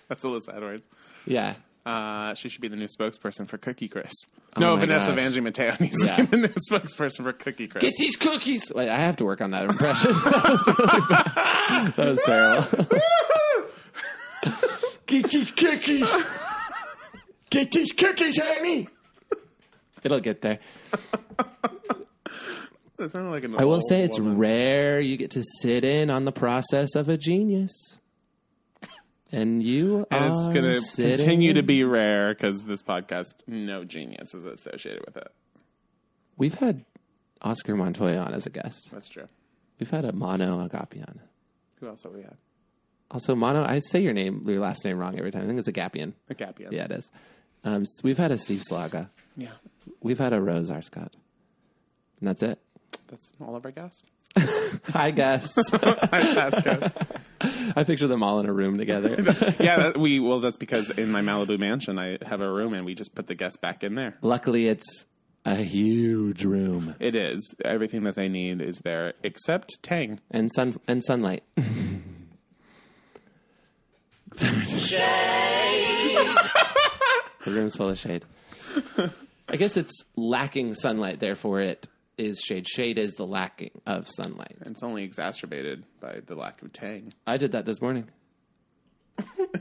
Speaker 3: that's Alyssa Edwards.
Speaker 2: Yeah.
Speaker 3: Uh, she should be the new spokesperson for Cookie Crisp.
Speaker 2: Oh
Speaker 3: no,
Speaker 2: my
Speaker 3: Vanessa
Speaker 2: gosh.
Speaker 3: Vangie Mateo needs to
Speaker 2: Yeah.
Speaker 3: be the new spokesperson for Cookie Crisp.
Speaker 2: Get these cookies. Wait, I have to work on that impression. that was really bad. That was terrible. Get these cookies. Get these cookies, honey. It'll get there.
Speaker 3: That sounded like an
Speaker 2: I will
Speaker 3: old
Speaker 2: say it's
Speaker 3: woman.
Speaker 2: rare you get to sit in on the process of a genius. And you
Speaker 3: And it's
Speaker 2: are
Speaker 3: going to
Speaker 2: sitting-
Speaker 3: continue to be rare because this podcast, no genius is associated with it.
Speaker 2: We've had Oscar Montoya on as a guest.
Speaker 3: That's true.
Speaker 2: We've had a Mono Agapi on.
Speaker 3: Who else have we had?
Speaker 2: Also, Mono, I say your name, your last name wrong every time. I think it's Agapian.
Speaker 3: A Gapian.
Speaker 2: Yeah, it is. Um, s- we've had a Steve Slaga.
Speaker 3: Yeah.
Speaker 2: We've had a Rose R. Scott. And that's it.
Speaker 3: That's all of our guests.
Speaker 2: Hi, guests.
Speaker 3: Past guests.
Speaker 2: I picture them all in a room together.
Speaker 3: yeah, that, we well, that's because in my Malibu mansion, I have a room and we just put the guests back in there.
Speaker 2: Luckily, it's a huge room
Speaker 3: It is. Everything that they need is there except Tang.
Speaker 2: and sun and sunlight. the room's full of shade. I guess it's lacking sunlight, therefore it is shade. Shade is the lacking of sunlight.
Speaker 3: It's only exacerbated by the lack of tang.
Speaker 2: I did that this morning.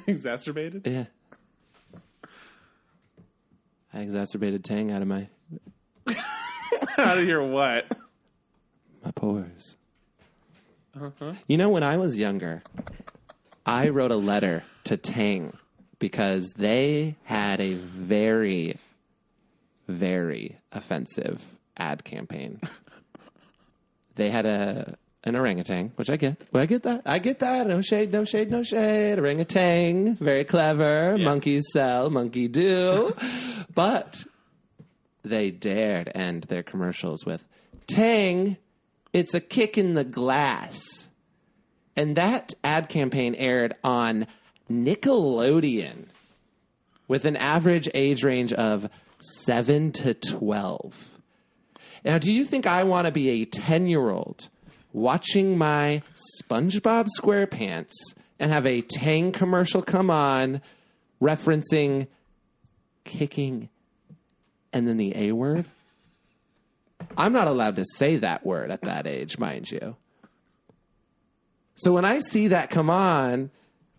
Speaker 3: exacerbated?
Speaker 2: Yeah. I exacerbated tang out of my,
Speaker 3: Out of your what?
Speaker 2: my pores. You know, when I was younger, I wrote a letter to Tang because they had a very, very offensive ad campaign. they had a an orangutan, which I get. Well, I get that. I get that. No shade, no shade, no shade. Orangutan, very clever. Monkeys sell, monkey do. but they dared end their commercials with Tang, it's a kick in the glass. And that ad campaign aired on Nickelodeon with an average age range of 7 to 12. Now, do you think I want to be a 10 year old watching my SpongeBob SquarePants and have a Tang commercial come on referencing kicking and then the A word? I'm not allowed to say that word at that age, mind you. So when I see that come on,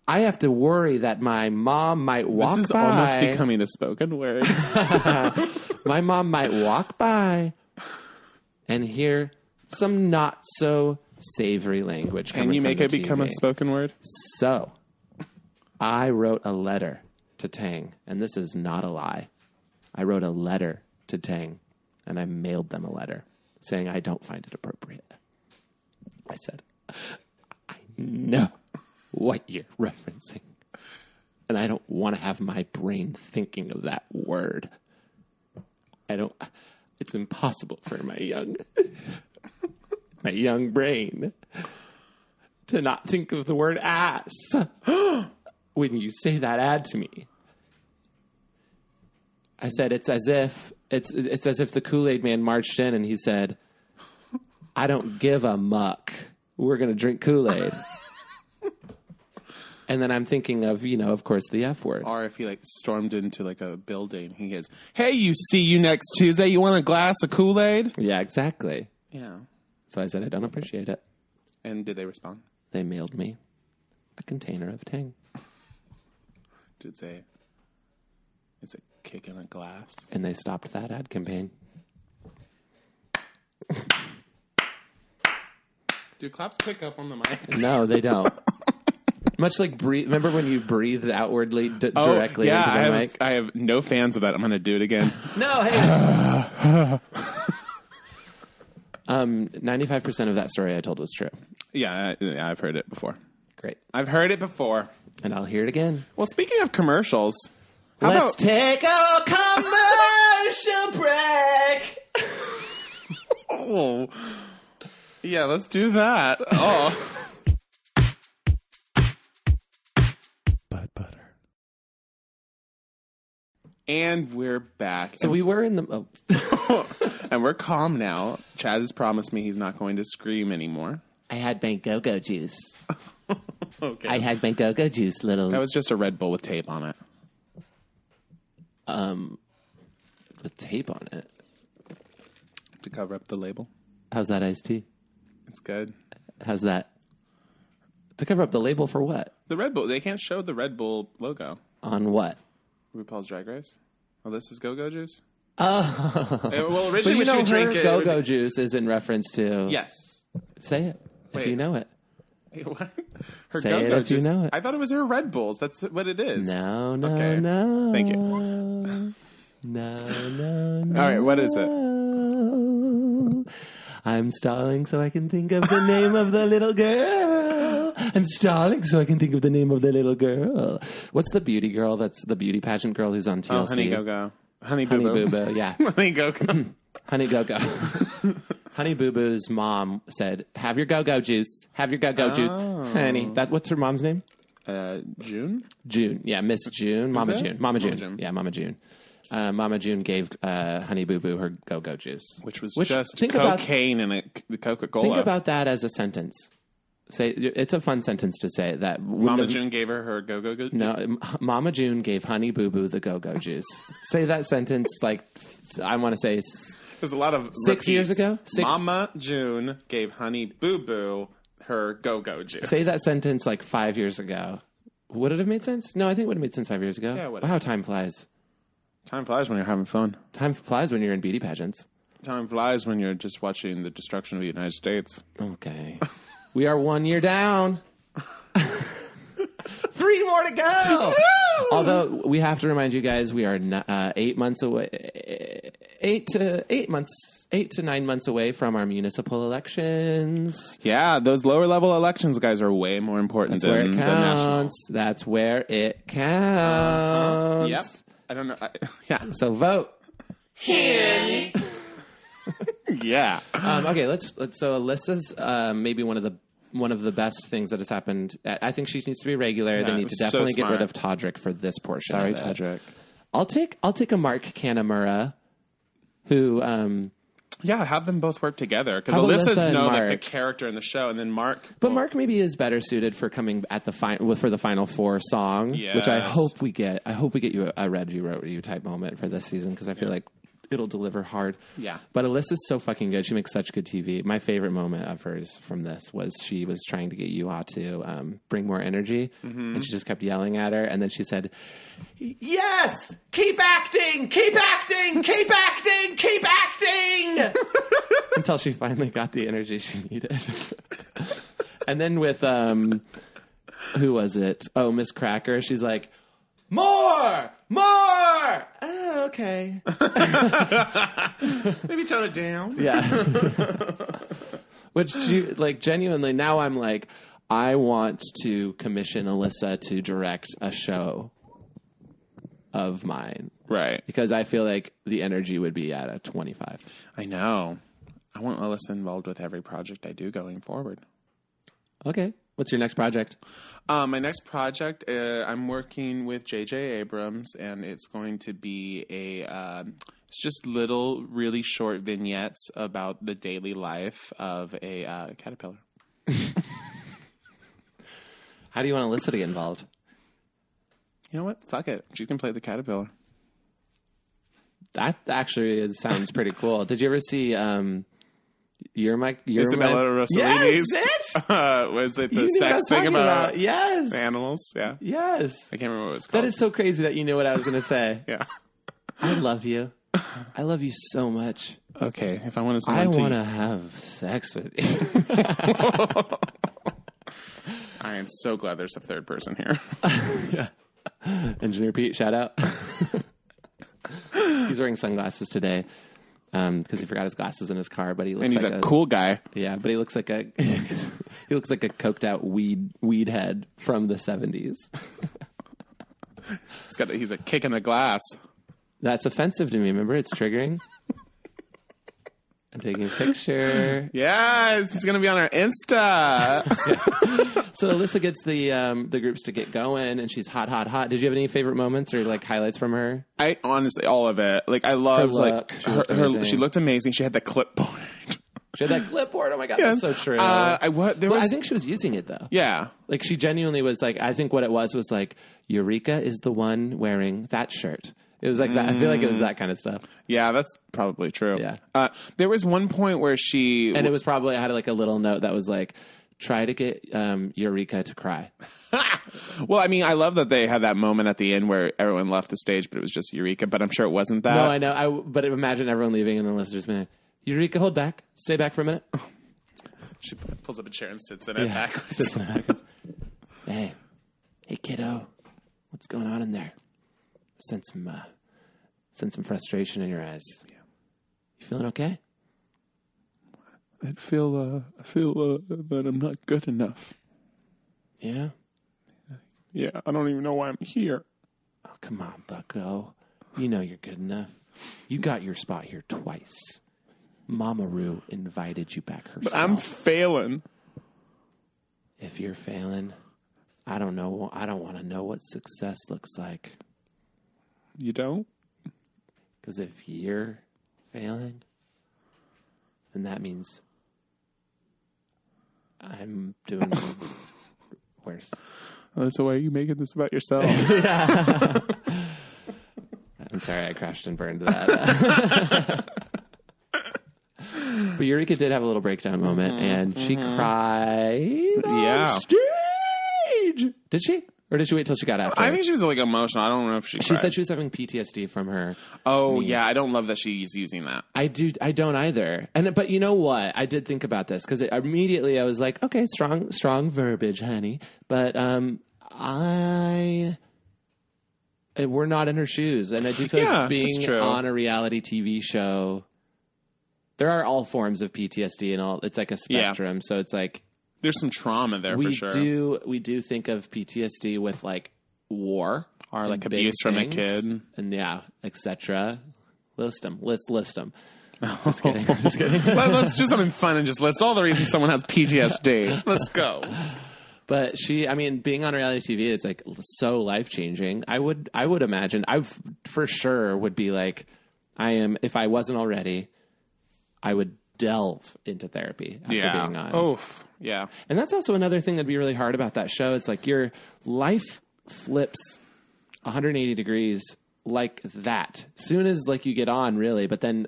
Speaker 2: I have to worry that my mom might walk
Speaker 3: This is
Speaker 2: by.
Speaker 3: almost becoming a spoken word.
Speaker 2: my mom might walk by and hear some not so savory language.
Speaker 3: Can
Speaker 2: coming
Speaker 3: you
Speaker 2: from
Speaker 3: make
Speaker 2: the
Speaker 3: it become a
Speaker 2: TV.
Speaker 3: spoken word?
Speaker 2: So, I wrote a letter to Tang, and this is not a lie. I wrote a letter to Tang, and I mailed them a letter saying I don't find it appropriate. I said, I know what you're referencing, and I don't want to have my brain thinking of that word. I don't, it's impossible for my young, my young brain to not think of the word ass when you say that ad to me. I said it's as if it's it's as if the Kool-Aid man marched in and he said, "I don't give a muck. We're going to drink Kool-Aid." and then I'm thinking of, you know, of course the F word.
Speaker 3: Or if he like stormed into like a building, he goes, "Hey, you see you next Tuesday. You want a glass of Kool Aid?"
Speaker 2: Yeah, exactly.
Speaker 3: Yeah.
Speaker 2: So I said I don't appreciate it.
Speaker 3: And did they respond?
Speaker 2: They mailed me a container of Tang
Speaker 3: Did they? It's a kick in a glass.
Speaker 2: and they stopped that ad campaign.
Speaker 3: Do claps pick up on the mic?
Speaker 2: No, they don't. Much like breathe. Remember when you breathed outwardly d- directly
Speaker 3: Oh, yeah,
Speaker 2: into the
Speaker 3: I have,
Speaker 2: mic?
Speaker 3: I have no fans of that. I'm going to do it again.
Speaker 2: No, hey. that's- um, ninety-five percent of that story I told was true.
Speaker 3: yeah, I, yeah, I've heard it before.
Speaker 2: Great,
Speaker 3: I've heard it before.
Speaker 2: and I'll hear it again.
Speaker 3: Well, speaking of commercials, how
Speaker 2: Let's
Speaker 3: about
Speaker 2: take a commercial break.
Speaker 3: Oh. Yeah, let's do that. Oh.
Speaker 5: Butt butter.
Speaker 3: and we're back.
Speaker 2: So we were in the. Oh,
Speaker 3: and we're calm now. Chad has promised me he's not going to scream anymore.
Speaker 2: I had Bangogo juice.
Speaker 3: Okay.
Speaker 2: I had Bangogo juice, little
Speaker 3: that was just a Red Bull with tape on it.
Speaker 2: with tape on it.
Speaker 3: To cover up the label.
Speaker 2: How's that iced tea?
Speaker 3: It's good.
Speaker 2: How's that? To cover up the label for what?
Speaker 3: The Red Bull, they can't show the Red Bull logo.
Speaker 2: On what?
Speaker 3: RuPaul's Drag Race. Well, this is Go Go Juice. Oh. well,
Speaker 2: But
Speaker 3: originally
Speaker 2: you
Speaker 3: when she
Speaker 2: know,
Speaker 3: would drink
Speaker 2: her
Speaker 3: it.
Speaker 2: go-go juice is in reference to.
Speaker 3: Yes.
Speaker 2: Say it if
Speaker 3: Wait.
Speaker 2: you know it.
Speaker 3: Wait, what? Her
Speaker 2: Say
Speaker 3: go-go
Speaker 2: it if you
Speaker 3: juice.
Speaker 2: know it.
Speaker 3: I thought it was her Red Bulls. That's what it is.
Speaker 2: No, no,
Speaker 3: Okay.
Speaker 2: no.
Speaker 3: Thank you.
Speaker 2: No, no, no.
Speaker 3: All right, what is it?
Speaker 2: I'm stalling so I can think of the name of the little girl. I'm stalling so I can think of the name of the little girl. What's the beauty girl? That's the beauty pageant girl who's on TLC.
Speaker 3: Oh, Honey Go Go. Honey Boo
Speaker 2: Honey Boo
Speaker 3: Boo.
Speaker 2: Boo. Yeah.
Speaker 3: Honey Go Go.
Speaker 2: Honey Go Go. Honey Boo Boo's mom said, "Have your go go juice. Have your go go juice,
Speaker 3: Oh.
Speaker 2: honey." That what's her mom's name?
Speaker 3: Uh, June?
Speaker 2: June. Yeah, Miss June. Mama
Speaker 3: it?
Speaker 2: June. Mama June.
Speaker 3: June.
Speaker 2: Yeah, Mama June. Uh, Mama June gave uh, Honey Boo Boo her go go juice,
Speaker 3: which was
Speaker 2: Which-
Speaker 3: just
Speaker 2: think about-
Speaker 3: cocaine and a, the Coca Cola.
Speaker 2: Think about that as a sentence. Say it's a fun sentence to say that.
Speaker 3: Mama June gave her her go go go.
Speaker 2: No, M- Mama June gave Honey Boo Boo the Go Go Juice. say that sentence like I want to say s-
Speaker 3: There's a lot of
Speaker 2: Six
Speaker 3: repeats.
Speaker 2: years ago? Six-
Speaker 3: Mama June gave Honey Boo Boo her go go juice.
Speaker 2: say that sentence like five years ago. Would it have made sense? No, I think it would have made sense five years ago.
Speaker 3: Yeah, it would have.
Speaker 2: wow, time flies.
Speaker 3: Time flies when you're having fun.
Speaker 2: Time flies when you're in beauty pageants.
Speaker 3: Time flies when you're just watching the destruction of the United States.
Speaker 2: Okay. we are one year down. Three more to go. Although we have to remind you guys, we are n- uh, eight months away, eight to eight months, eight to nine months away from our municipal elections.
Speaker 3: Yeah, those lower level elections guys are way more important
Speaker 2: That's where
Speaker 3: than
Speaker 2: it
Speaker 3: the national.
Speaker 2: counts. That's where it counts.
Speaker 3: Uh-huh. Yep. I don't know. I, yeah.
Speaker 2: So vote.
Speaker 3: Yeah.
Speaker 2: Um, okay, let's, let's. So Alyssa's uh, maybe one of the one of the best things that has happened. I I think she needs to be regular.
Speaker 3: Yeah,
Speaker 2: they need to
Speaker 3: so
Speaker 2: definitely get
Speaker 3: smart.
Speaker 2: rid of Todrick for this portion.
Speaker 3: Sorry,
Speaker 2: of it.
Speaker 3: Todrick.
Speaker 2: I'll take I'll take a Mark Kanamura, who um,
Speaker 3: Yeah, have them both work together because
Speaker 2: Have
Speaker 3: Alyssa's
Speaker 2: Alyssa and
Speaker 3: know like the
Speaker 2: Mark.
Speaker 3: character in the show, and then Mark.
Speaker 2: but Mark maybe is better suited for coming at the final for the final four song, which I
Speaker 3: Yes.
Speaker 2: hope we get. I hope we get you a, a red you wrote you type moment for this season because I feel like it'll deliver hard.
Speaker 3: Yeah.
Speaker 2: but Alyssa's so fucking good. She makes such good TV. My favorite moment of hers from this was she was trying to get Yuha to um, bring more energy,
Speaker 3: Mm-hmm.
Speaker 2: and she just kept yelling at her, and then she said. Yes! Keep acting! Keep acting! Keep acting! Keep acting! Until she finally got the energy she needed. and then with um who was it? Oh, Miss Cracker, she's like, More! More! Oh, okay.
Speaker 3: Maybe tone it down.
Speaker 2: Yeah. Which you like genuinely now I'm like, I want to commission Alyssa to direct a show of mine
Speaker 3: Right.
Speaker 2: because I feel like the energy would be at a 25.
Speaker 3: I know. I want Alyssa involved with every project I do going forward.
Speaker 2: Okay. What's your next project?
Speaker 3: Uh, my next project, uh, I'm working with J.J. Abrams, and it's going to be a. um it's just little, really short vignettes about the daily life of a uh, caterpillar.
Speaker 2: How do you want Alyssa to get involved?
Speaker 3: You know what? Fuck it. She's gonna play the caterpillar.
Speaker 2: That actually is, sounds pretty cool. Did you ever see um, You're My You're
Speaker 3: Isabella
Speaker 2: My,
Speaker 3: Rossellini's.
Speaker 2: Yes, bitch!
Speaker 3: uh, was it the
Speaker 2: You knew what I
Speaker 3: sex
Speaker 2: was
Speaker 3: thing
Speaker 2: talking
Speaker 3: about,
Speaker 2: yes,
Speaker 3: animals? Yeah.
Speaker 2: yes.
Speaker 3: I can't remember what it was called.
Speaker 2: That is so crazy that you knew what I was going to say.
Speaker 3: Yeah.
Speaker 2: I love you. I love you so much.
Speaker 3: Okay. If I wanted
Speaker 2: I
Speaker 3: someone to.
Speaker 2: want to have sex with you.
Speaker 3: I am so glad there's a third person here.
Speaker 2: Engineer Pete, shout out. he's wearing sunglasses today because he forgot his glasses in his car. But he looks
Speaker 3: and he's
Speaker 2: like
Speaker 3: a cool guy.
Speaker 2: Yeah, but he looks like a he looks like a coked out weed weed head from the seventies.
Speaker 3: He's got a, he's a kick in the glass.
Speaker 2: That's offensive to me. Remember, it's triggering. I'm taking a picture.
Speaker 3: Yes, he's gonna be on our Insta.
Speaker 2: So Alyssa gets the um, the groups to get going, and she's hot, hot, hot. Did you have any favorite moments or like highlights from her?
Speaker 3: I honestly, all of it. Like I loved
Speaker 2: look,
Speaker 3: like
Speaker 2: she
Speaker 3: her.
Speaker 2: looked
Speaker 3: her
Speaker 2: amazing.
Speaker 3: she looked amazing. She had the clipboard.
Speaker 2: She had that clipboard. Oh my god, that's so true.
Speaker 3: Uh, I what there
Speaker 2: Well, I
Speaker 3: was.
Speaker 2: think she was using it though.
Speaker 3: yeah.
Speaker 2: Like she genuinely was like, I think what it was was like, Eureka is the one wearing that shirt. It was like that. I feel like it was that kind of stuff.
Speaker 3: Yeah, that's probably true.
Speaker 2: Yeah.
Speaker 3: Uh, there was one point where she
Speaker 2: and it was probably I had like a little note that was like, try to get um, Eureka to cry.
Speaker 3: Well, I mean, I love that they had that moment at the end where everyone left the stage, but it was just Eureka. But I'm sure it wasn't that.
Speaker 2: No, I know. I but imagine everyone leaving and the listeners being, like, Eureka, hold back, stay back for a minute.
Speaker 3: She pulls up a chair and sits in it backwards.
Speaker 2: Sits in the back. hey, hey, kiddo, what's going on in there? Sense some, uh, sense some frustration in your eyes. You feeling okay?
Speaker 3: I feel, uh, I feel uh, that I'm not good enough.
Speaker 2: Yeah.
Speaker 3: Yeah, I don't even know why I'm here.
Speaker 2: Oh, come on, Bucko. You know you're good enough. You got your spot here twice. Mama Roo invited you back herself.
Speaker 3: I'm failing.
Speaker 2: if you're failing, I don't know. I don't want to know what success looks like.
Speaker 3: You don't?
Speaker 2: Because if you're failing, then that means I'm doing worse.
Speaker 3: So why are you making this about yourself?
Speaker 2: I'm sorry, I crashed and burned that. but Eureka did have a little breakdown moment, and she cried on
Speaker 3: Mm-hmm. Yeah.
Speaker 2: stage. Did she, or did she wait till she got after?
Speaker 3: I think she was like emotional. I don't know if she.
Speaker 2: she
Speaker 3: cried.
Speaker 2: said she was having PTSD from her.
Speaker 3: "Oh yeah, I don't love that she's using that."
Speaker 2: I do. I don't either. And but you know what? I did think about this because immediately I was like, okay, strong, strong verbiage, honey. But um, I. eh, We're not in her shoes, and I do feel
Speaker 3: Yeah,
Speaker 2: like
Speaker 3: that's
Speaker 2: being
Speaker 3: true.
Speaker 2: on a reality TV show. There are all forms of PTSD and all. It's like a
Speaker 3: Yeah.
Speaker 2: spectrum, so it's like
Speaker 3: There's some trauma there
Speaker 2: we
Speaker 3: for sure.
Speaker 2: do we do think of PTSD with like war
Speaker 3: Or,
Speaker 2: and
Speaker 3: like,
Speaker 2: big
Speaker 3: abuse from a
Speaker 2: things
Speaker 3: kid.
Speaker 2: and yeah, etc. List them, list list them. Just kidding. Just kidding.
Speaker 3: Let, let's do something fun and just list all the reasons someone has PTSD. Let's go.
Speaker 2: But she, I mean, being on reality TV, it's like so life changing. I would, I would imagine, I f- for sure would be like, I am. If I wasn't already, I would delve into therapy after being on.
Speaker 3: Oof. Yeah.
Speaker 2: And that's also another thing that'd be really hard about that show. It's like your life flips 180 degrees like that. Soon as like you get on really, but then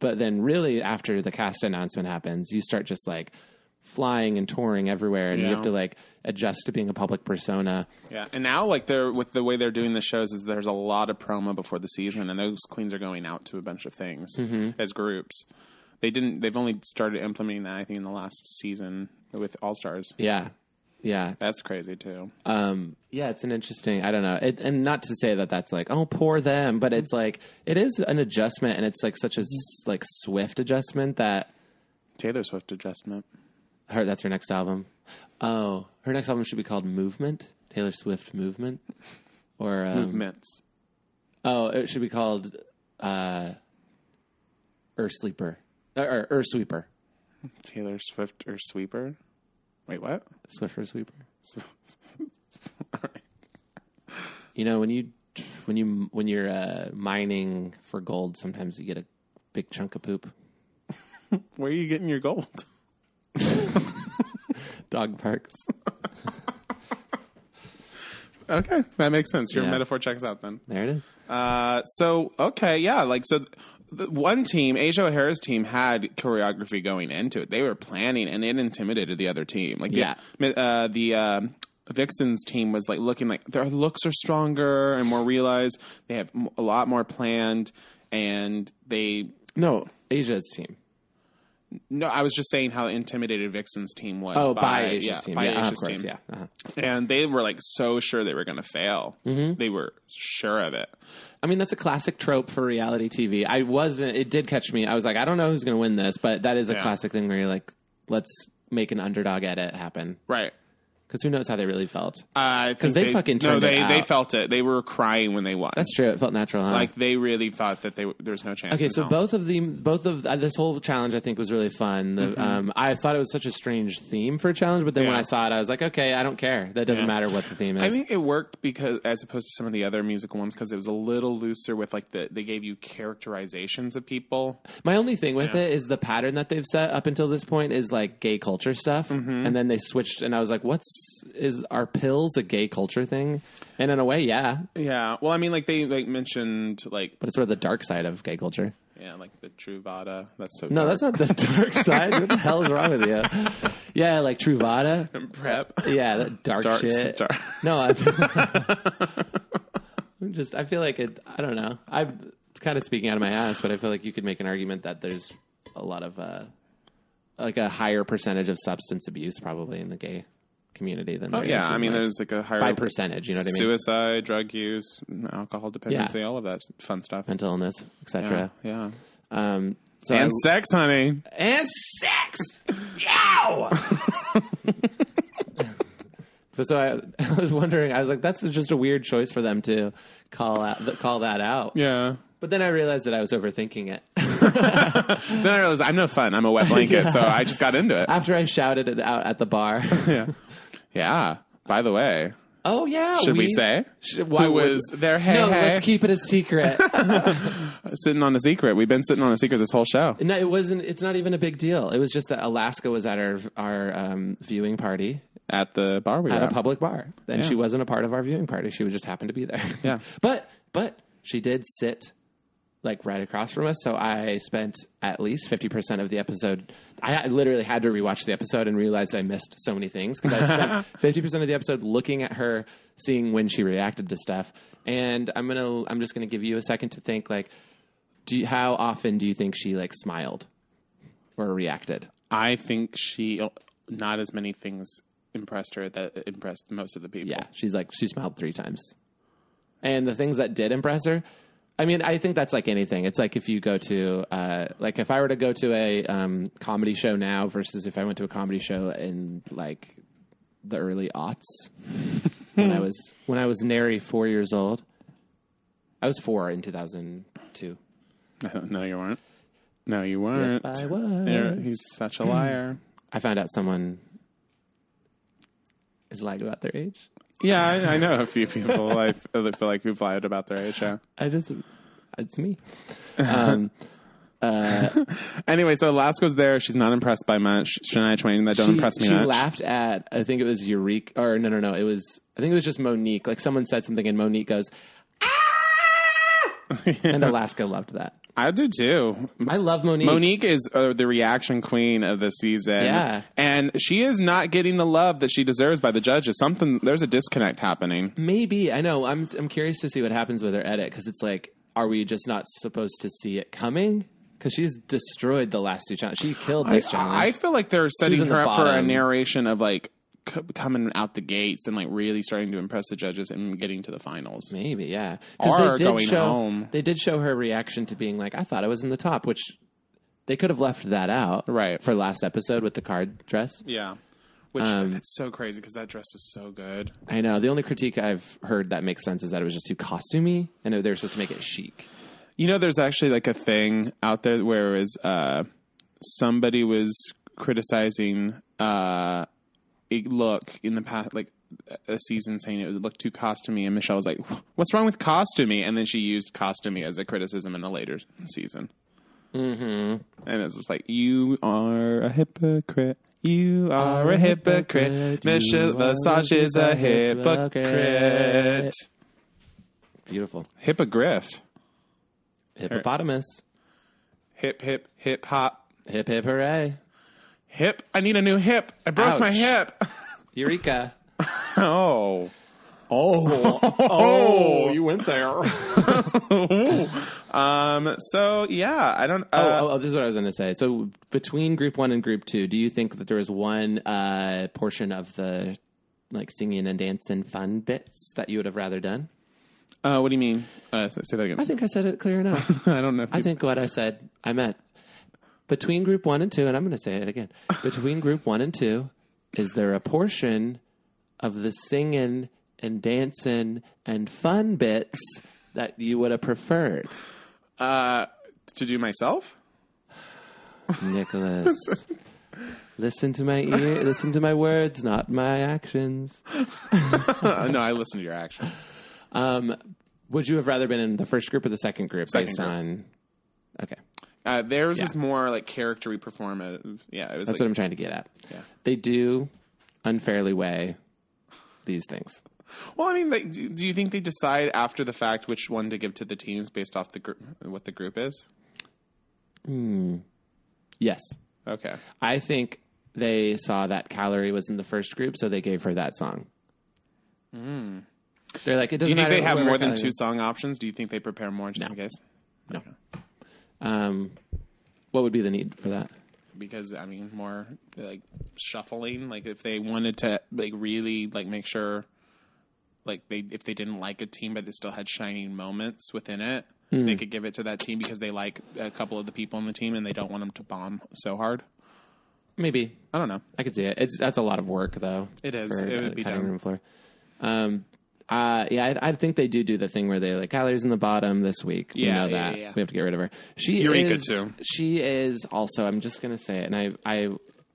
Speaker 2: but then really after the cast announcement happens, you start just like flying and touring everywhere and you
Speaker 3: Yeah.
Speaker 2: have to like adjust to being a public persona.
Speaker 3: Yeah. And now, like, they're with the way they're doing the shows is there's a lot of promo before the season, and those queens are going out to a bunch of things as groups. They didn't. They've only started implementing that I think in the last season with All Stars.
Speaker 2: Yeah. Yeah.
Speaker 3: That's crazy too.
Speaker 2: Um, yeah, it's an interesting. I don't know, it, and not to say that that's like oh poor them, but it's like it is an adjustment, and it's like such a s- like swift adjustment that
Speaker 3: Taylor Swift adjustment.
Speaker 2: Her that's her next album. Oh, her next album should be called Movement. Taylor Swift Movement, or um,
Speaker 3: Movements.
Speaker 2: Oh, it should be called uh, Earth Sleeper or, or Earth Sweeper.
Speaker 3: Taylor Swift or Sweeper? Wait, what?
Speaker 2: Swiffer Sweeper. You know when you when you when you're uh, mining for gold, sometimes you get a big chunk of poop.
Speaker 3: Where are you getting your gold?
Speaker 2: Dog parks.
Speaker 3: Okay, that makes sense. Your
Speaker 2: Yeah.
Speaker 3: metaphor checks out then.
Speaker 2: There it is.
Speaker 3: Uh, so okay, yeah, like so. th- The one team, Asia O'Hara's team, had choreography going into it. They were planning, and it intimidated the other team. Like,
Speaker 2: Yeah.
Speaker 3: the, uh, the um Vixens team was like looking like their looks are stronger and more realized. They have m- a lot more planned, and they.
Speaker 2: No, Asia's team.
Speaker 3: No, I was just saying how intimidated Vixen's team was.
Speaker 2: Oh, by, Asia's
Speaker 3: yeah,
Speaker 2: team.
Speaker 3: by
Speaker 2: yeah,
Speaker 3: Asia's
Speaker 2: of course.
Speaker 3: team.
Speaker 2: Yeah. Uh-huh.
Speaker 3: and they were like so sure they were going to fail.
Speaker 2: Mm-hmm.
Speaker 3: They were sure of it.
Speaker 2: I mean, that's a classic trope for reality TV. I wasn't, it did catch me. I was like, I don't know who's going to win this, but that is a
Speaker 3: Yeah.
Speaker 2: classic thing where you're like, let's make an underdog edit happen.
Speaker 3: Right.
Speaker 2: Because who knows how they really felt.
Speaker 3: because
Speaker 2: they fucking
Speaker 3: no,
Speaker 2: turned
Speaker 3: Uh, they
Speaker 2: it
Speaker 3: they
Speaker 2: out.
Speaker 3: felt it. They were crying when they won.
Speaker 2: That's true. It felt natural, huh?
Speaker 3: like they really thought that they w- there was no chance.
Speaker 2: okay,
Speaker 3: in
Speaker 2: so
Speaker 3: hell.
Speaker 2: both of the, both of uh, this whole challenge I think was really fun. The, um, I thought it was such a strange theme for a challenge, but then when
Speaker 3: Mm-hmm. Yeah.
Speaker 2: I saw it, I was like, okay, I don't care. That doesn't matter what the theme is.
Speaker 3: I think it worked because as opposed to some of the other musical ones because it was a little looser with like the they gave you characterizations of people.
Speaker 2: My only thing with it is the pattern that they've set up until this point is like gay culture stuff,
Speaker 3: Mm-hmm.
Speaker 2: and then they switched, and I was like, "What's is are pills a gay culture thing?" And in a way, yeah,
Speaker 3: Yeah. Well, I mean, like they like mentioned like
Speaker 2: but it's sort of the dark side of gay culture.
Speaker 3: yeah, like the Truvada. That's so
Speaker 2: No, that's not the dark side. what the hell is wrong with you? Yeah, like Truvada.
Speaker 3: prep.
Speaker 2: Yeah, that dark
Speaker 3: Dark-
Speaker 2: shit.
Speaker 3: dark.
Speaker 2: No, I, I'm just. I feel like it. I don't know. I'm it's kind of speaking out of my ass, but I feel like you could make an argument that there's a lot of uh, like a higher percentage of substance abuse probably in the gay community than.
Speaker 3: Oh
Speaker 2: there
Speaker 3: yeah,
Speaker 2: is in,
Speaker 3: I mean,
Speaker 2: like,
Speaker 3: there's like a higher
Speaker 2: by percentage. You know what I mean?
Speaker 3: suicide, drug use, alcohol dependency, all of that fun stuff.
Speaker 2: Mental illness,
Speaker 3: yeah,
Speaker 2: etc.
Speaker 3: yeah.
Speaker 2: Um, so
Speaker 3: and
Speaker 2: I-
Speaker 3: sex, honey.
Speaker 2: and sex. Yow. so, so I, I was wondering. I was like, that's just a weird choice for them to call out, call that out.
Speaker 3: Yeah.
Speaker 2: But then I realized that I was overthinking it.
Speaker 3: Then I realized I'm no fun. I'm a wet blanket, so I just got into it.
Speaker 2: After I shouted it out at the bar.
Speaker 3: Yeah. By the way,
Speaker 2: Oh yeah.
Speaker 3: Should we say?
Speaker 2: Sh- why
Speaker 3: Who
Speaker 2: would-
Speaker 3: was there? Hey,
Speaker 2: no,
Speaker 3: hey.
Speaker 2: let's keep it a secret.
Speaker 3: sitting on a secret. We've been sitting on a secret this whole show.
Speaker 2: no, it wasn't. It's not even a big deal. It was just that Alaska was at our our um, viewing party
Speaker 3: At the bar we were
Speaker 2: at
Speaker 3: at.
Speaker 2: a public bar, and
Speaker 3: Yeah.
Speaker 2: she wasn't a part of our viewing party. She just happened to be there.
Speaker 3: Yeah.
Speaker 2: but but she did sit like right across from us. So I spent at least fifty percent of the episode. I had- literally had to rewatch the episode and realized I missed so many things because I spent fifty percent of the episode looking at her, seeing when she reacted to stuff. And I'm gonna I'm just gonna give you a second to think like, do you, how often do you think she like smiled or reacted?
Speaker 3: I think she not as many things impressed her that impressed most of the people.
Speaker 2: Yeah, she's like she smiled three times. And the things that did impress her, I mean, I think that's like anything. It's like if you go to uh, like if I were to go to a um, comedy show now versus if I went to a comedy show in like the early aughts when I was when I was nary four years old. I was four in two thousand two.
Speaker 3: I don't know you weren't. No, you weren't.
Speaker 2: I was.
Speaker 3: There- he's such a liar.
Speaker 2: I found out someone is lying about their age.
Speaker 3: yeah, I, I know a few people I f- that feel like who've lied about their age. Yeah.
Speaker 2: I just it's me. Um,
Speaker 3: Anyway, so Alaska's there. She's not impressed by much. Shania Twain, that don't
Speaker 2: she,
Speaker 3: impress me
Speaker 2: she
Speaker 3: much.
Speaker 2: laughed at I think it was Eureka or no no no it was I think it was just Monique. Like someone said something and Monique goes, "Ah!" and Alaska loved that.
Speaker 3: I do too.
Speaker 2: I love Monique.
Speaker 3: Monique is uh, the reaction queen of the season.
Speaker 2: Yeah.
Speaker 3: And she is not getting the love that she deserves by the judges. Something, there's a disconnect happening.
Speaker 2: Mm-hmm. maybe I know. I'm I'm curious to see what happens with her edit because it's like, are we just not supposed to see it coming? Because she's destroyed the last two challenges. She killed
Speaker 3: I,
Speaker 2: this challenge.
Speaker 3: I feel like they're setting
Speaker 2: in the
Speaker 3: her up for a
Speaker 2: bottom.
Speaker 3: narration of like c- coming out the gates and like really starting to impress the judges and getting to the finals.
Speaker 2: Maybe, yeah.
Speaker 3: Or
Speaker 2: Because they did
Speaker 3: going
Speaker 2: show,
Speaker 3: home.
Speaker 2: They did show her reaction to being like, I thought I was in the top, which they could have left that out.
Speaker 3: Right.
Speaker 2: For last episode with the card dress.
Speaker 3: Yeah. Which
Speaker 2: Um,
Speaker 3: it's so crazy because that dress was so good.
Speaker 2: I know. The only critique I've heard that makes sense is that it was just too costumey and they were supposed to make it chic.
Speaker 3: You know, there's actually like a thing out there where is uh, somebody was criticizing uh, a look in the past, like a season, saying it looked too costumey, and Michelle was like, "What's wrong with costumey?" And then she used costumey as a criticism in a later season. Mm-hmm. And it's just like, "You are a hypocrite." You are a hypocrite.
Speaker 2: hypocrite.
Speaker 3: Michelle
Speaker 2: You are
Speaker 3: Visage is a
Speaker 2: a
Speaker 3: hypocrite.
Speaker 2: hypocrite. Beautiful.
Speaker 3: Hippogriff.
Speaker 2: Hippopotamus.
Speaker 3: Hip, hip, hip hop.
Speaker 2: Hip hip hooray.
Speaker 3: Hip. I need a new hip. I broke my
Speaker 2: Ouch.
Speaker 3: hip.
Speaker 2: Eureka.
Speaker 3: Oh.
Speaker 2: Oh, you went there. oh,
Speaker 3: Um. So yeah, I don't. Uh,
Speaker 2: oh, oh, this is what I was going to say. So, between group one and group two, do you think that there was one uh, portion of the like singing and dancing fun bits that you would have rather done?
Speaker 3: uh, what do you mean? Uh, say that again.
Speaker 2: I think I said it clear enough.
Speaker 3: I don't know. If
Speaker 2: I
Speaker 3: you-
Speaker 2: think what I said, I meant between group one and two, and I'm going to say it again. Between group one and two, is there a portion of the singing and dancing and fun bits that you would have preferred,
Speaker 3: to do myself.
Speaker 2: Nicholas? listen to my ear, listen to my words, not my actions.
Speaker 3: Uh, no, I listen to your actions.
Speaker 2: Would you have rather been in the first group or the second group
Speaker 3: Second
Speaker 2: based
Speaker 3: group.
Speaker 2: on? Okay,
Speaker 3: Uh, theirs was more like character performative. Yeah, it was.
Speaker 2: that's what
Speaker 3: like,
Speaker 2: I'm trying to get at.
Speaker 3: Yeah.
Speaker 2: They do unfairly weigh these things.
Speaker 3: well, I mean, like, do, do you think they decide after the fact which one to give to the teams based off the group, what the group is?
Speaker 2: Yes.
Speaker 3: Okay.
Speaker 2: I think they saw that Calorie was in the first group, so they gave her that song. They're like, it
Speaker 3: Hmm. Do
Speaker 2: doesn't
Speaker 3: you think
Speaker 2: matter.
Speaker 3: they have
Speaker 2: whoever
Speaker 3: more than
Speaker 2: Calorie
Speaker 3: two
Speaker 2: is.
Speaker 3: song options? Do you think they prepare more just in case? No.
Speaker 2: Um, what would be the need for that?
Speaker 3: because I mean more like shuffling. Like if they wanted to like really like make sure like they if they didn't like a team but it still had shining moments within it, they could give it to that team because they like a couple of the people on the team and they don't want them to bomb so hard.
Speaker 2: Maybe
Speaker 3: I don't know.
Speaker 2: I could see it. It's that's a lot of work, though.
Speaker 3: It is.
Speaker 2: for
Speaker 3: It would
Speaker 2: a
Speaker 3: be
Speaker 2: cutting
Speaker 3: dumb.
Speaker 2: room floor. Um, uh, yeah, I, I think they do do the thing where they like Callie's in the bottom this week. we
Speaker 3: Yeah,
Speaker 2: know
Speaker 3: yeah,
Speaker 2: that
Speaker 3: yeah, yeah.
Speaker 2: we have to get rid of her. She
Speaker 3: Eureka,
Speaker 2: is,
Speaker 3: too.
Speaker 2: She is also. I'm just gonna say it, and I I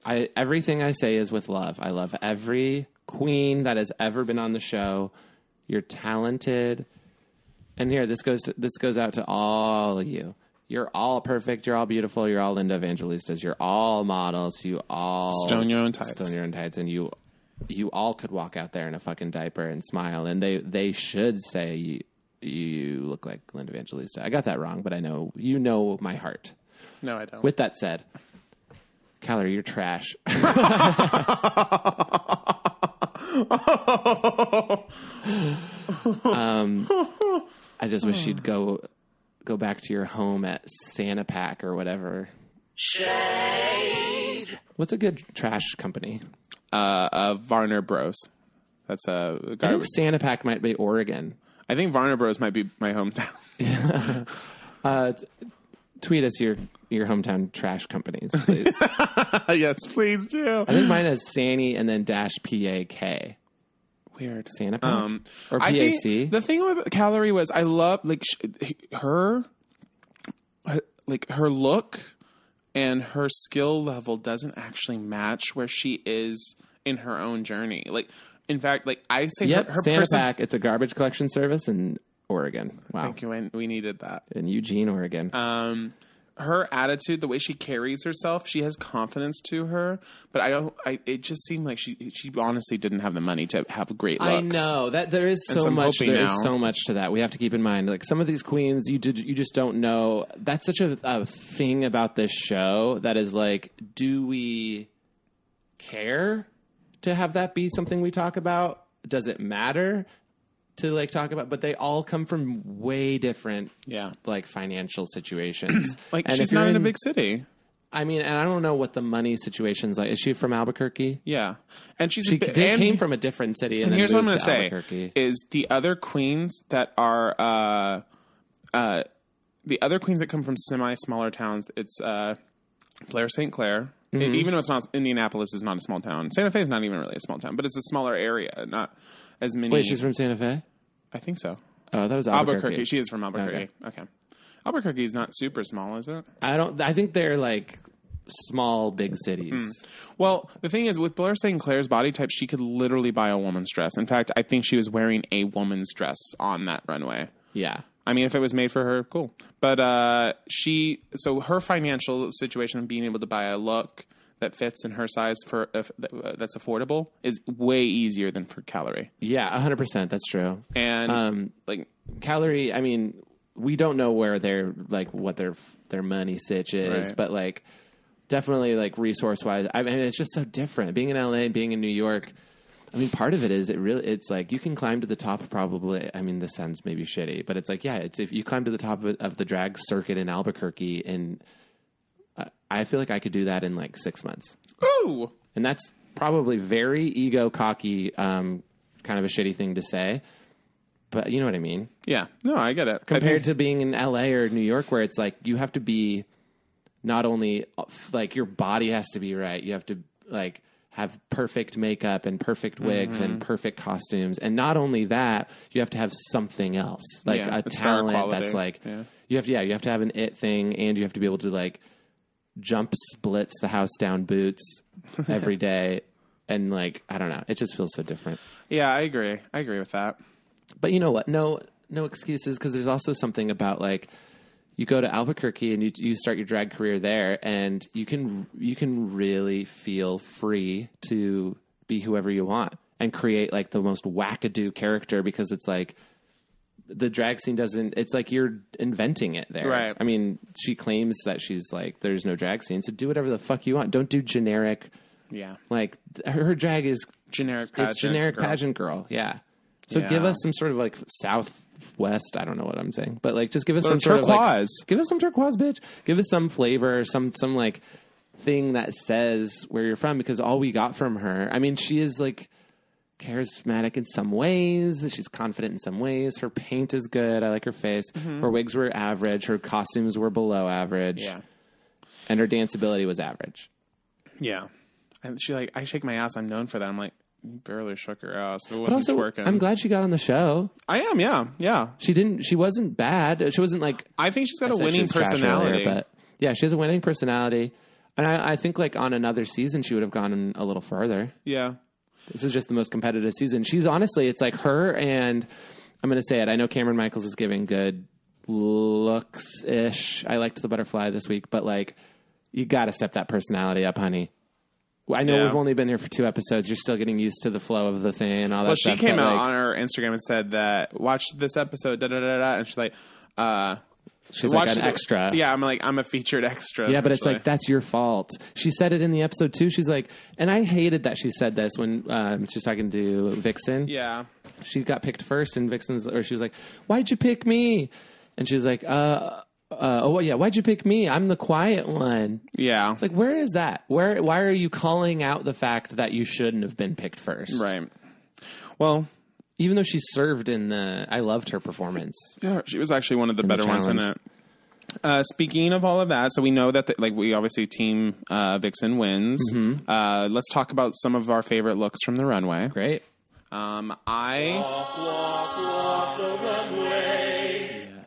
Speaker 2: I everything I say is with love. I love every queen that has ever been on the show. You're talented. And here this goes to, this goes out to all of you. You're all perfect. You're all beautiful. You're all Linda Evangelistas. You're all models. You all
Speaker 3: Stone your own tights.
Speaker 2: Stone your own tights, and you you all could walk out there in a fucking diaper and smile, and they they should say you, you look like Linda Evangelista. I got that wrong, but I know you know my heart.
Speaker 3: No, I don't.
Speaker 2: With that said, Calorie, you're trash. Um, I just wish you'd go go back to your home at Santa Pack or whatever. What's a good trash company?
Speaker 3: uh, Varner Bros. That's a
Speaker 2: I
Speaker 3: garbage.
Speaker 2: think Santa Pack might be Oregon.
Speaker 3: I think Varner Bros might be my hometown.
Speaker 2: Tweet us your your hometown trash companies, please. I
Speaker 3: yes, please do.
Speaker 2: think mine is Sani and then dash P A K. Weird Santa Pack
Speaker 3: Um,
Speaker 2: or
Speaker 3: I
Speaker 2: PAC.
Speaker 3: think the thing about Calorie was I love like sh- her, her, like her look and her skill level doesn't actually match where she is in her own journey. Like, in fact, like I say,
Speaker 2: yep,
Speaker 3: her, her
Speaker 2: Santa
Speaker 3: person-
Speaker 2: Pack. It's a garbage collection service in Oregon. Wow,
Speaker 3: Thank you. I- We needed that.
Speaker 2: in Eugene, Oregon.
Speaker 3: um her attitude the way she carries herself she has confidence to her but i don't i it just seemed like she she honestly didn't have the money to have great looks
Speaker 2: I know that there is
Speaker 3: And
Speaker 2: so
Speaker 3: so I'm
Speaker 2: much.
Speaker 3: hoping
Speaker 2: There is
Speaker 3: now-
Speaker 2: so much to that. We have to keep in mind, like some of these queens, you did, you just don't know. That's such a, a thing about this show that is like, do we care to have that be something we talk about? Does it matter to like talk about? But they all come from way different,
Speaker 3: yeah
Speaker 2: like financial situations.
Speaker 3: like
Speaker 2: And
Speaker 3: she's
Speaker 2: if you're
Speaker 3: not in, a big city
Speaker 2: I mean, and I don't know what the money situation's like. Is she from Albuquerque?
Speaker 3: yeah and she's
Speaker 2: She
Speaker 3: a, bi-
Speaker 2: did-
Speaker 3: and,
Speaker 2: came from a different city, and,
Speaker 3: and
Speaker 2: then
Speaker 3: here's what i'm
Speaker 2: moved
Speaker 3: gonna
Speaker 2: to
Speaker 3: say
Speaker 2: Albuquerque.
Speaker 3: is the other queens that are uh uh the other queens that come from semi smaller towns it's uh Blair St. Clair. E-
Speaker 2: Mm-hmm.
Speaker 3: Even though it's not Indianapolis is not a small town. Santa Fe is not even really a small town, but it's a smaller area, not as many
Speaker 2: Wait, she's from Santa Fe.
Speaker 3: I think so.
Speaker 2: Oh, that was Albuquerque.
Speaker 3: Albuquerque. She is from Albuquerque. Okay. Albuquerque is not super small, is it?
Speaker 2: I don't. I think they're like small big cities.
Speaker 3: Well, the thing is, with Blair St. Clair's body type, she could literally buy a woman's dress. In fact, I think she was wearing a woman's dress on that runway.
Speaker 2: Yeah.
Speaker 3: I mean, if it was made for her, cool. But uh, she, so her financial situation of being able to buy a look that fits in her size for uh, if, that's affordable is way easier than for calorie.
Speaker 2: Yeah, hundred percent. That's true.
Speaker 3: And
Speaker 2: Um,
Speaker 3: like,
Speaker 2: calorie. I mean, we don't know where their like what their their money sitch is,
Speaker 3: Right.
Speaker 2: but like definitely like resource wise. I mean, it's just so different. Being in LA and being in New York. I mean, part of it is it really. It's like you can climb to the top. Probably. I mean, this sounds maybe shitty, but it's like yeah. It's if you climb to the top of, of the drag circuit in Albuquerque, and I, I feel like I could do that in like six months.
Speaker 3: ooh,
Speaker 2: and that's probably very ego cocky, um, kind of a shitty thing to say. But you know what I mean.
Speaker 3: yeah, no, I get it.
Speaker 2: Compared
Speaker 3: to.
Speaker 2: to being in LA or New York, where it's like you have to be not only like your body has to be right, you have to like have perfect makeup and perfect wigs
Speaker 3: Mm-hmm.
Speaker 2: and perfect costumes, and not only that, you have to have something else like
Speaker 3: Yeah,
Speaker 2: a
Speaker 3: the star
Speaker 2: talent
Speaker 3: quality.
Speaker 2: that's like
Speaker 3: Yeah.
Speaker 2: you have to yeah you have to have an it thing, and you have to be able to like jump splits the house down boots every day. And like I don't know, it just feels so different.
Speaker 3: Yeah, I agree. I agree with that.
Speaker 2: But you know what? No, no excuses because there's also something about like you go to Albuquerque and you you start your drag career there, and you can you can really feel free to be whoever you want and create like the most wackadoo character because it's like the drag scene doesn't it's like you're inventing it there
Speaker 3: Right.
Speaker 2: i mean she claims that she's like there's no drag scene so do whatever the fuck you want don't do generic
Speaker 3: Yeah.
Speaker 2: like th- her drag is
Speaker 3: generic pageant.
Speaker 2: it's generic
Speaker 3: girl.
Speaker 2: pageant girl. Yeah. So
Speaker 3: Yeah.
Speaker 2: give us some sort of like southwest. I don't know what I'm saying, but like just give us
Speaker 3: Or
Speaker 2: some sort of, like-
Speaker 3: turquoise.
Speaker 2: give us some turquoise, bitch. Give us some flavor, some some like thing that says where you're from. Because all we got from her, I mean, she is like charismatic in some ways. She's confident in some ways. Her paint is good. I like her face. Her wigs were average. Her costumes were below average.
Speaker 3: Mm-hmm. Yeah.
Speaker 2: And her danceability was average.
Speaker 3: Yeah. And she like I shake my ass. I'm known for that. I'm like you barely shook her ass. It
Speaker 2: But
Speaker 3: wasn't
Speaker 2: also,
Speaker 3: twerking.
Speaker 2: I'm glad she got on the show.
Speaker 3: I am. Yeah. Yeah.
Speaker 2: She didn't. She wasn't bad. She wasn't like
Speaker 3: I think she's got a
Speaker 2: said she
Speaker 3: winning
Speaker 2: was trash
Speaker 3: personality.
Speaker 2: earlier, but yeah, she has a winning personality. And I, I think like on another season, she would have gone a little further.
Speaker 3: Yeah.
Speaker 2: This is just the most competitive season. She's honestly, it's like her and I'm going to say it. I know Cameron Michaels is giving good looks ish. I liked the butterfly this week, but like you got to step that personality up, honey. Well, I know
Speaker 3: Yeah.
Speaker 2: we've only been here for two episodes. You're still getting used to the flow of the thing and all that.
Speaker 3: Well, she
Speaker 2: stuff,
Speaker 3: came
Speaker 2: but,
Speaker 3: out
Speaker 2: like,
Speaker 3: on her Instagram and said that watched this episode, da da da da, and she's like, uh,
Speaker 2: She's like
Speaker 3: watched
Speaker 2: an
Speaker 3: the-
Speaker 2: extra.
Speaker 3: Yeah, I'm like, I'm a featured extra.
Speaker 2: Yeah, but it's
Speaker 3: essentially.
Speaker 2: like that's your fault. She said it in the episode too. She's like, and I hated that she said this when um, she was talking to Vixen.
Speaker 3: Yeah,
Speaker 2: she got picked first, and Vixen's or she was like, "Why'd you pick me?" And she was like, "Uh, uh, oh well, yeah, why'd you pick me? I'm the quiet one."
Speaker 3: yeah,
Speaker 2: It's like, where is that? Where? Why are you calling out the fact that you shouldn't have been picked first?
Speaker 3: right. Well,
Speaker 2: Even though she served in the, I loved her performance.
Speaker 3: Yeah, she was actually one of the better ones in it.
Speaker 2: challenge.
Speaker 3: Uh, speaking of all of that, so we know that the, like we obviously team uh, Vixen wins.
Speaker 2: Mm-hmm.
Speaker 3: Uh, let's talk about some of our favorite looks from the runway.
Speaker 2: Great.
Speaker 3: Um, I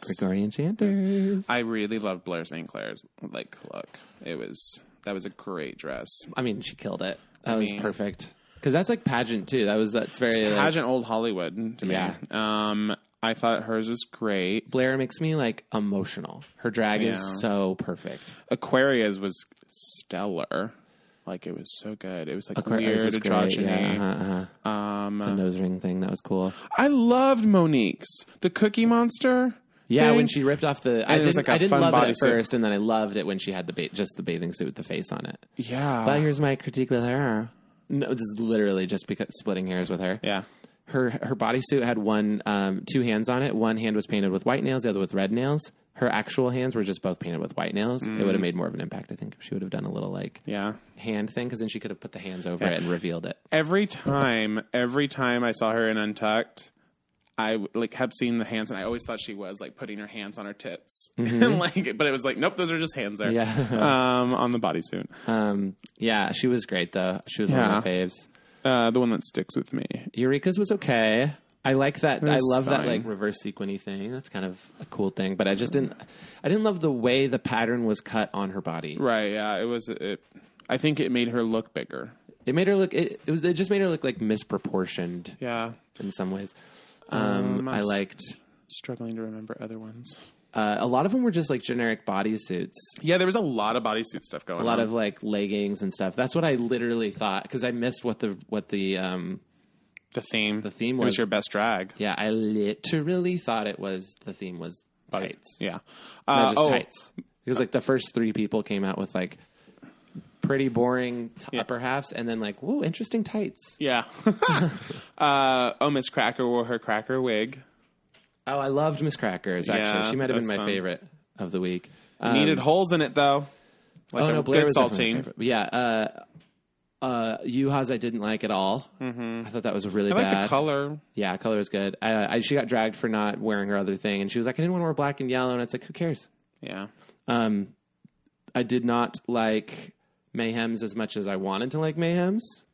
Speaker 2: Gregorian chanters.
Speaker 3: I really loved Blair St. Clair's like look. It was that was a great dress.
Speaker 2: I mean, she killed it. That was
Speaker 3: mean-
Speaker 2: perfect. Because that's like pageant too. That was that's very like,
Speaker 3: Pageant old Hollywood to me.
Speaker 2: Yeah.
Speaker 3: Um, I thought hers was great.
Speaker 2: Blair makes me like emotional. Her drag
Speaker 3: Yeah.
Speaker 2: is so perfect.
Speaker 3: Aquarius was stellar. Like it was so good. It was like
Speaker 2: Aquarius
Speaker 3: weird
Speaker 2: is great.
Speaker 3: androgyny.
Speaker 2: Yeah, uh-huh, uh-huh.
Speaker 3: Um,
Speaker 2: The nose ring thing that was cool.
Speaker 3: I loved Monique's the Cookie Monster.
Speaker 2: Yeah,
Speaker 3: thing.
Speaker 2: when she ripped off the, I
Speaker 3: And it
Speaker 2: didn't,
Speaker 3: was like a
Speaker 2: I didn't
Speaker 3: fun
Speaker 2: love it at
Speaker 3: bodysuit.
Speaker 2: first, and then I loved it when she had the ba- just the bathing suit with the face on it.
Speaker 3: yeah,
Speaker 2: But here's my critique with her. No, this is literally just because splitting hairs with her.
Speaker 3: yeah,
Speaker 2: her her bodysuit had one um, two hands on it. One hand was painted with white nails, the other with red nails. Her actual hands were just both painted with white nails.
Speaker 3: Mm.
Speaker 2: It would have made more of an impact, I think, if she would have done a little like
Speaker 3: yeah.
Speaker 2: hand thing, because then she could have put the hands over it and revealed it.
Speaker 3: Every time, every time I saw her in Untucked, I like kept seeing the hands, and I always thought she was like putting her hands on her tits, and like, but it was like, nope, those are just hands there.
Speaker 2: Mm-hmm. Yeah,
Speaker 3: Um, on the bodysuit,
Speaker 2: um, yeah, she was great though. She was one of my faves.
Speaker 3: uh, the one that sticks with me.
Speaker 2: Eureka's was okay. I like that. I
Speaker 3: was
Speaker 2: love that
Speaker 3: fine.
Speaker 2: like reverse sequiny thing. That's kind of a cool thing. But I just didn't. I didn't love the way the pattern was cut on her body.
Speaker 3: Right? Yeah, it was. It, I think it made her look bigger.
Speaker 2: It made her look. It, it was. It just made her look like misproportioned.
Speaker 3: Yeah,
Speaker 2: in some ways. Um,
Speaker 3: Um,
Speaker 2: I liked
Speaker 3: struggling to remember other ones.
Speaker 2: uh, a lot of them were just like generic bodysuits,
Speaker 3: Yeah, there was a lot of bodysuit stuff going.
Speaker 2: a lot of like leggings and stuff. That's what I literally thought because I missed what the what the um,
Speaker 3: the theme. The
Speaker 2: theme
Speaker 3: it was
Speaker 2: was-
Speaker 3: your best drag.
Speaker 2: yeah I literally thought it was the theme was tights,
Speaker 3: Yeah.
Speaker 2: Not
Speaker 3: Uh,
Speaker 2: just tights because like the first three people came out with like pretty boring t- upper halves and then like whoa interesting tights.
Speaker 3: Yeah. uh, oh, Miss Cracker wore her cracker wig.
Speaker 2: Oh, I loved Miss Crackers actually.
Speaker 3: Yeah,
Speaker 2: she might have been
Speaker 3: that's
Speaker 2: my
Speaker 3: fun.
Speaker 2: favorite of the week.
Speaker 3: Needed holes in it though. Like
Speaker 2: Um, oh
Speaker 3: a
Speaker 2: no, Blair
Speaker 3: good
Speaker 2: was definitely my
Speaker 3: saltine.
Speaker 2: favorite. Yeah, uh, uh, Yuhas I didn't like at all. I thought that was really
Speaker 3: Mm-hmm. I like
Speaker 2: bad.
Speaker 3: the color.
Speaker 2: Yeah, color was good. I, I, she got dragged for not wearing her other thing, and she was like, "I didn't want to wear black and yellow," and it's like, "Who cares?"
Speaker 3: Yeah.
Speaker 2: Um, I did not like Mayhem's as much as I wanted to like Mayhem's.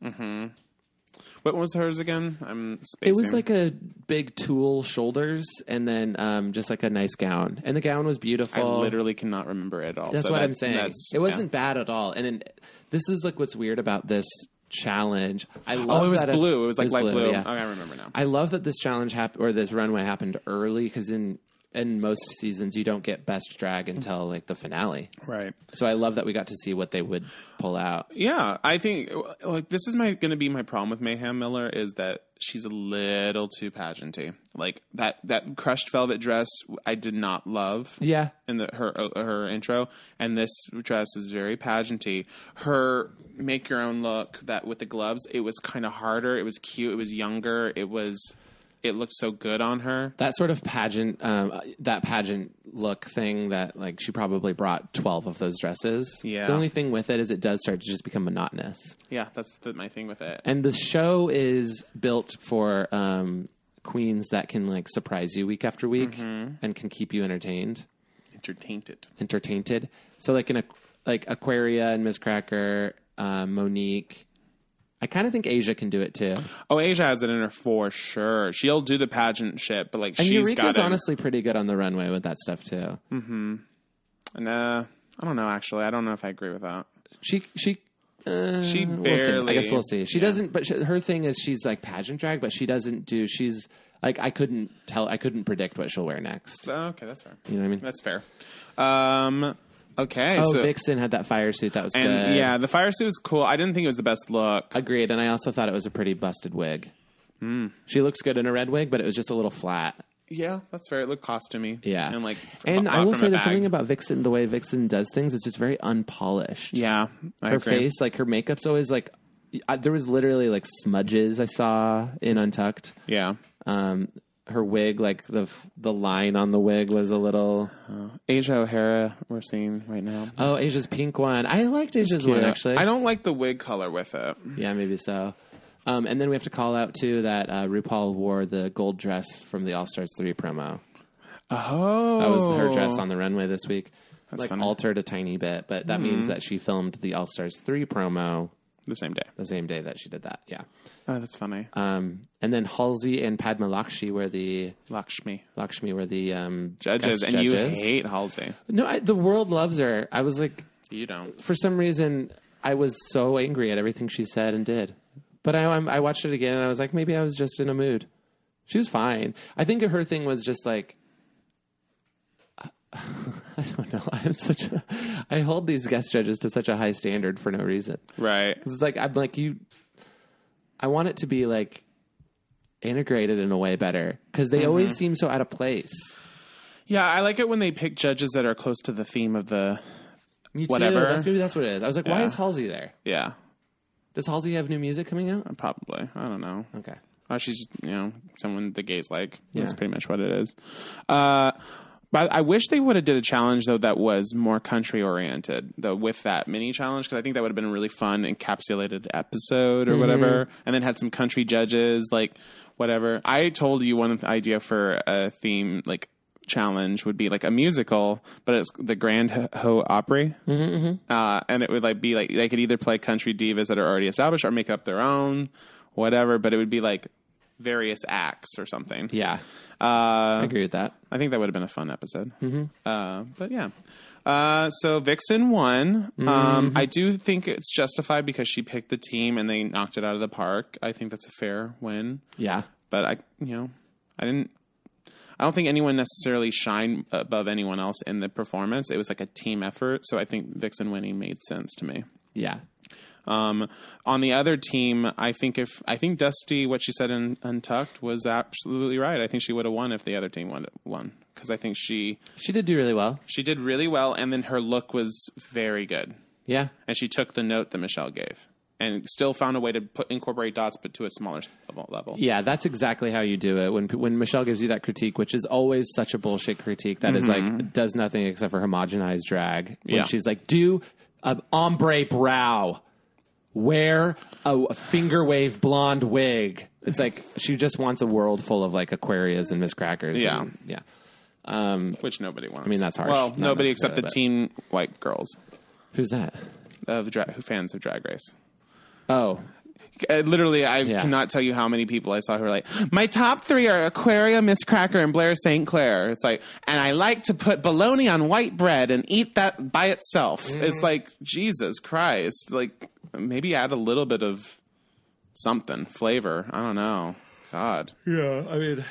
Speaker 3: What was hers again? I'm spacing.
Speaker 2: It was like a big tulle shoulders, and then um, just like a nice gown, and the gown was
Speaker 3: I
Speaker 2: beautiful.
Speaker 3: literally cannot remember it at all.
Speaker 2: That's
Speaker 3: So
Speaker 2: what
Speaker 3: that-
Speaker 2: I'm saying.
Speaker 3: that's-
Speaker 2: It wasn't bad at all. And in, this is like what's weird about this challenge. I love
Speaker 3: Yeah. Oh, it was
Speaker 2: that
Speaker 3: blue. It was like light blue.
Speaker 2: yeah.
Speaker 3: Okay, I remember now.
Speaker 2: I love that this challenge happened or this runway happened early because in in most seasons you don't get best drag until like the finale.
Speaker 3: right.
Speaker 2: So I love that we got to see what they would pull out.
Speaker 3: Yeah, I think like this is my going to be my problem with Mayhem Miller is that she's a little too pageanty. Like that that crushed velvet dress, I did not love.
Speaker 2: Yeah.
Speaker 3: in the, her uh, her intro, and this dress is very pageanty. Her make your own look that with the gloves, it was kind of harder. It was cute. It was younger. It was it looked so good on her.
Speaker 2: That sort of pageant, um, that pageant look thing that like she probably brought twelve of those dresses.
Speaker 3: Yeah.
Speaker 2: The only thing with it is it does start to just become monotonous.
Speaker 3: Yeah, that's the, my thing with it.
Speaker 2: and the show is built for um, queens that can like surprise you week after week
Speaker 3: Mm-hmm.
Speaker 2: and can keep you entertained
Speaker 3: You're tainted.
Speaker 2: entertained so like in a like aquaria and miss cracker um, monique i kind of think asia can do it too
Speaker 3: Oh, Asia has it in her for sure. She'll do the pageant shit, but like
Speaker 2: and
Speaker 3: she's
Speaker 2: eureka's
Speaker 3: got it.
Speaker 2: honestly pretty good on the runway with that stuff too
Speaker 3: Nah, I don't know. Actually, I don't know if I agree with that.
Speaker 2: She she uh,
Speaker 3: She
Speaker 2: we'll see.
Speaker 3: barely-
Speaker 2: I guess we'll see. She doesn't. But she, her thing is she's like pageant drag, but she doesn't do. She's like I couldn't tell. I couldn't predict what she'll wear next. You
Speaker 3: Oh, okay, that's fair.
Speaker 2: know what I mean?
Speaker 3: That's fair. Um, okay.
Speaker 2: oh,
Speaker 3: so,
Speaker 2: Vixen had that fire suit. That was
Speaker 3: and
Speaker 2: good.
Speaker 3: yeah, the fire suit was cool. I didn't think it was the best look.
Speaker 2: agreed. And I also thought it was a pretty busted wig.
Speaker 3: Hmm.
Speaker 2: She looks good in a red wig, but it was just a little flat.
Speaker 3: yeah, that's fair. It looked costumey.
Speaker 2: Yeah,
Speaker 3: and like,
Speaker 2: and
Speaker 3: bought
Speaker 2: I will
Speaker 3: from
Speaker 2: say
Speaker 3: a
Speaker 2: there's
Speaker 3: bag.
Speaker 2: something about Vixen. The way Vixen does things, it's just very unpolished.
Speaker 3: yeah, I
Speaker 2: her
Speaker 3: agree.
Speaker 2: face, like her makeup's always like. I, there was literally like smudges I saw in Untucked.
Speaker 3: Yeah,
Speaker 2: Um, her wig, like the f- the line on the wig was a little.
Speaker 3: Asia O'Hara we're seeing right now.
Speaker 2: Oh, Asia's pink one. I liked Asia's
Speaker 3: Cute.
Speaker 2: one actually.
Speaker 3: Uh, I don't like the wig color with it.
Speaker 2: Yeah, maybe so. Um, and then we have to call out too that uh, RuPaul wore the gold dress from the All Stars Three promo.
Speaker 3: Oh,
Speaker 2: That was her dress on the runway this week. like
Speaker 3: funny. Mm-hmm.
Speaker 2: altered a tiny bit, but that means that she filmed the All Stars Three promo
Speaker 3: the same day.
Speaker 2: the same day that she did that. Yeah.
Speaker 3: Oh, that's funny.
Speaker 2: Um, and then Halsey and Padma Lakshmi were the
Speaker 3: Lakshmi
Speaker 2: Lakshmi were the um,
Speaker 3: judges,
Speaker 2: guest
Speaker 3: and you
Speaker 2: judges.
Speaker 3: hate Halsey.
Speaker 2: No, I, the world loves her. I was like,
Speaker 3: You don't.
Speaker 2: for some reason, I was so angry at everything she said and did. But I, I'm- I watched it again, and I was like, maybe I was just in a mood. She was fine. I think her thing was just like, I don't know. I'm such. A, I hold these guest judges to such a high standard for no reason.
Speaker 3: Right.
Speaker 2: Because it's like I'm like you. I want it to be like integrated in a way better because they always seem so out of place.
Speaker 3: Yeah, I like it when they pick judges that are close to the theme of the.
Speaker 2: Me too.
Speaker 3: Whatever.
Speaker 2: That's, maybe that's what it is. I was like, why
Speaker 3: Yeah.
Speaker 2: is Halsey there?
Speaker 3: Yeah,
Speaker 2: Does Halsey have new music coming out?
Speaker 3: probably. I don't know.
Speaker 2: Okay.
Speaker 3: Oh, she's you know someone the gays like. That's
Speaker 2: Yeah.
Speaker 3: pretty much what it is. Uh, but I wish they would have did a challenge though that was more country oriented though with that mini challenge because I think that would have been a really fun encapsulated episode or whatever, and then had some country judges like whatever. I told you one idea for a theme like challenge would be like a musical, but it's the Grand Ho Opry uh, and it would like be like they could either play country divas that are already established or make up their own, whatever. But it would be like various acts or something.
Speaker 2: Yeah, I
Speaker 3: uh,
Speaker 2: agree with that.
Speaker 3: I think that would have been a fun episode. Uh, but yeah. Uh, so Vixen won. Um, I do think it's justified because she picked the team and they knocked it out of the park. I think that's a fair win.
Speaker 2: Yeah.
Speaker 3: But I, you know, I didn't. I don't think anyone necessarily shined above anyone else in the performance. It was like a team effort, so I think Vixen winning made sense to me.
Speaker 2: Yeah.
Speaker 3: Um, on the other team, I think if I think Dusty, what she said in Untucked was absolutely right. I think she would have won if the other team won won because I think she
Speaker 2: She did do really well.
Speaker 3: she did really well, and then her look was very good,
Speaker 2: Yeah.
Speaker 3: and she took the note that Michelle gave, and still found a way to put incorporate dots, but to a smaller level- level.
Speaker 2: Yeah, that's exactly how you do it. When when Michelle gives you that critique, which is always such a bullshit critique that is like does nothing except for homogenized drag. When
Speaker 3: Mm-hmm. Yeah.
Speaker 2: she's like, do a ombre brow, wear a finger wave blonde wig. It's like she just wants a world full of like Aquarius and Miss Crackers.
Speaker 3: Yeah.
Speaker 2: and- yeah.
Speaker 3: which nobody wants. I
Speaker 2: mean, that's harsh.
Speaker 3: Well,
Speaker 2: Not
Speaker 3: nobody except the
Speaker 2: necessarily,
Speaker 3: teen white girls
Speaker 2: Who's that?
Speaker 3: of dra- who fans of Drag Race.
Speaker 2: Oh,
Speaker 3: Uh, literally, I
Speaker 2: Yeah.
Speaker 3: cannot tell you how many people I saw who were like, "My top three are Aquaria, Miss Cracker, and Blair St. Clair." It's like, and I like to put bologna on white bread and eat that by itself.
Speaker 2: Mm.
Speaker 3: It's like Jesus Christ. Like maybe add a little bit of something flavor. I don't know. God,
Speaker 5: Yeah, I mean,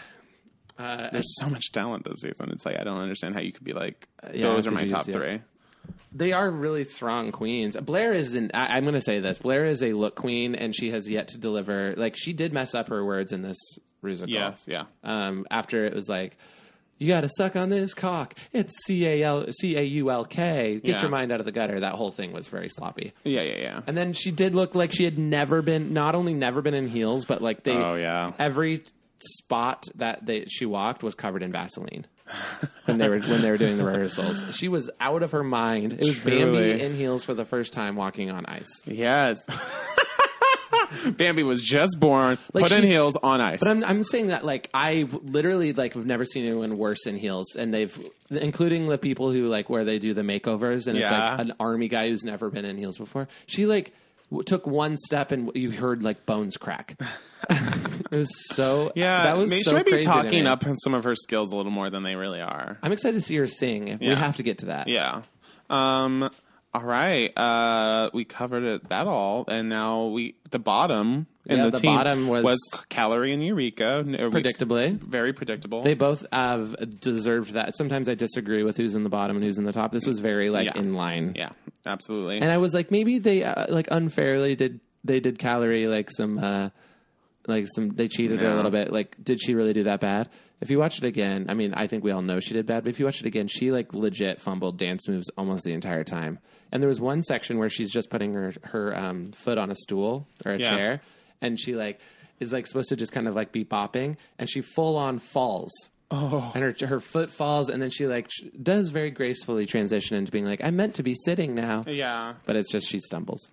Speaker 3: there's so much talent this season. It's like I don't understand how you could be like,
Speaker 2: Uh, yeah,
Speaker 3: "Those are
Speaker 2: could
Speaker 3: my
Speaker 2: you
Speaker 3: top
Speaker 2: use- yeah.
Speaker 3: three.
Speaker 2: they are really strong queens. Blair is an. I, I'm going to say this. Blair is a look queen, and she has yet to deliver. Like she did mess up her words in this musical.
Speaker 3: Yes, yeah.
Speaker 2: um, after it was like, you got to suck on this cock. It's C A L C A U L K. Get
Speaker 3: Yeah.
Speaker 2: your mind out of the gutter. That whole thing was very sloppy.
Speaker 3: Yeah, yeah, yeah.
Speaker 2: And then she did look like she had never been, not only never been in heels, but like they,
Speaker 3: Oh, yeah.
Speaker 2: every spot that they, she walked was covered in Vaseline. when they were when they were doing the rehearsals, she was out of her mind. It was
Speaker 3: Truly.
Speaker 2: Bambi in heels for the first time walking on ice.
Speaker 3: Yes. Bambi was just born,
Speaker 2: Like
Speaker 3: put in
Speaker 2: she-
Speaker 3: heels on ice.
Speaker 2: But I'm I'm saying that like I w- literally like have never seen anyone worse in heels, and they've including the people who like where they do the makeovers, and it's
Speaker 3: Yeah.
Speaker 2: like an army guy who's never been in heels before. She like w- took one step and you heard like bones crack. it was so
Speaker 3: yeah,
Speaker 2: That was
Speaker 3: maybe
Speaker 2: so
Speaker 3: she might be
Speaker 2: crazy to
Speaker 3: talking
Speaker 2: me.
Speaker 3: up some of her skills a little more than they really are.
Speaker 2: I'm excited to see her sing. We
Speaker 3: Yeah.
Speaker 2: have to get to that.
Speaker 3: Yeah. Um, All right. Uh, we covered it that all, and now we the bottom and
Speaker 2: Yeah,
Speaker 3: the,
Speaker 2: the
Speaker 3: team
Speaker 2: bottom was-
Speaker 3: Calorie and Eureka. and it was
Speaker 2: Predictably.
Speaker 3: very predictable.
Speaker 2: They both have deserved that. Sometimes I disagree with who's in the bottom and who's in the top. This was very like
Speaker 3: Yeah.
Speaker 2: in line.
Speaker 3: yeah, absolutely.
Speaker 2: And I was like, maybe they uh, like unfairly did they did calorie like some uh like some they cheated her a
Speaker 3: Yeah.
Speaker 2: little bit. Like, did she really do that bad? If you watch it again, I mean, I think we all know she did bad, but if you watch it again, she like legit fumbled dance moves almost the entire time. And there was one section where she's just putting her her um, foot on a stool or a
Speaker 3: Yeah.
Speaker 2: chair, and she like is like supposed to just kind of like be bopping, and she full on falls. Oh, and her her foot falls, and then she like sh- does very gracefully transition into being like, "I meant to be sitting now."
Speaker 3: yeah.
Speaker 2: but it's just she stumbles.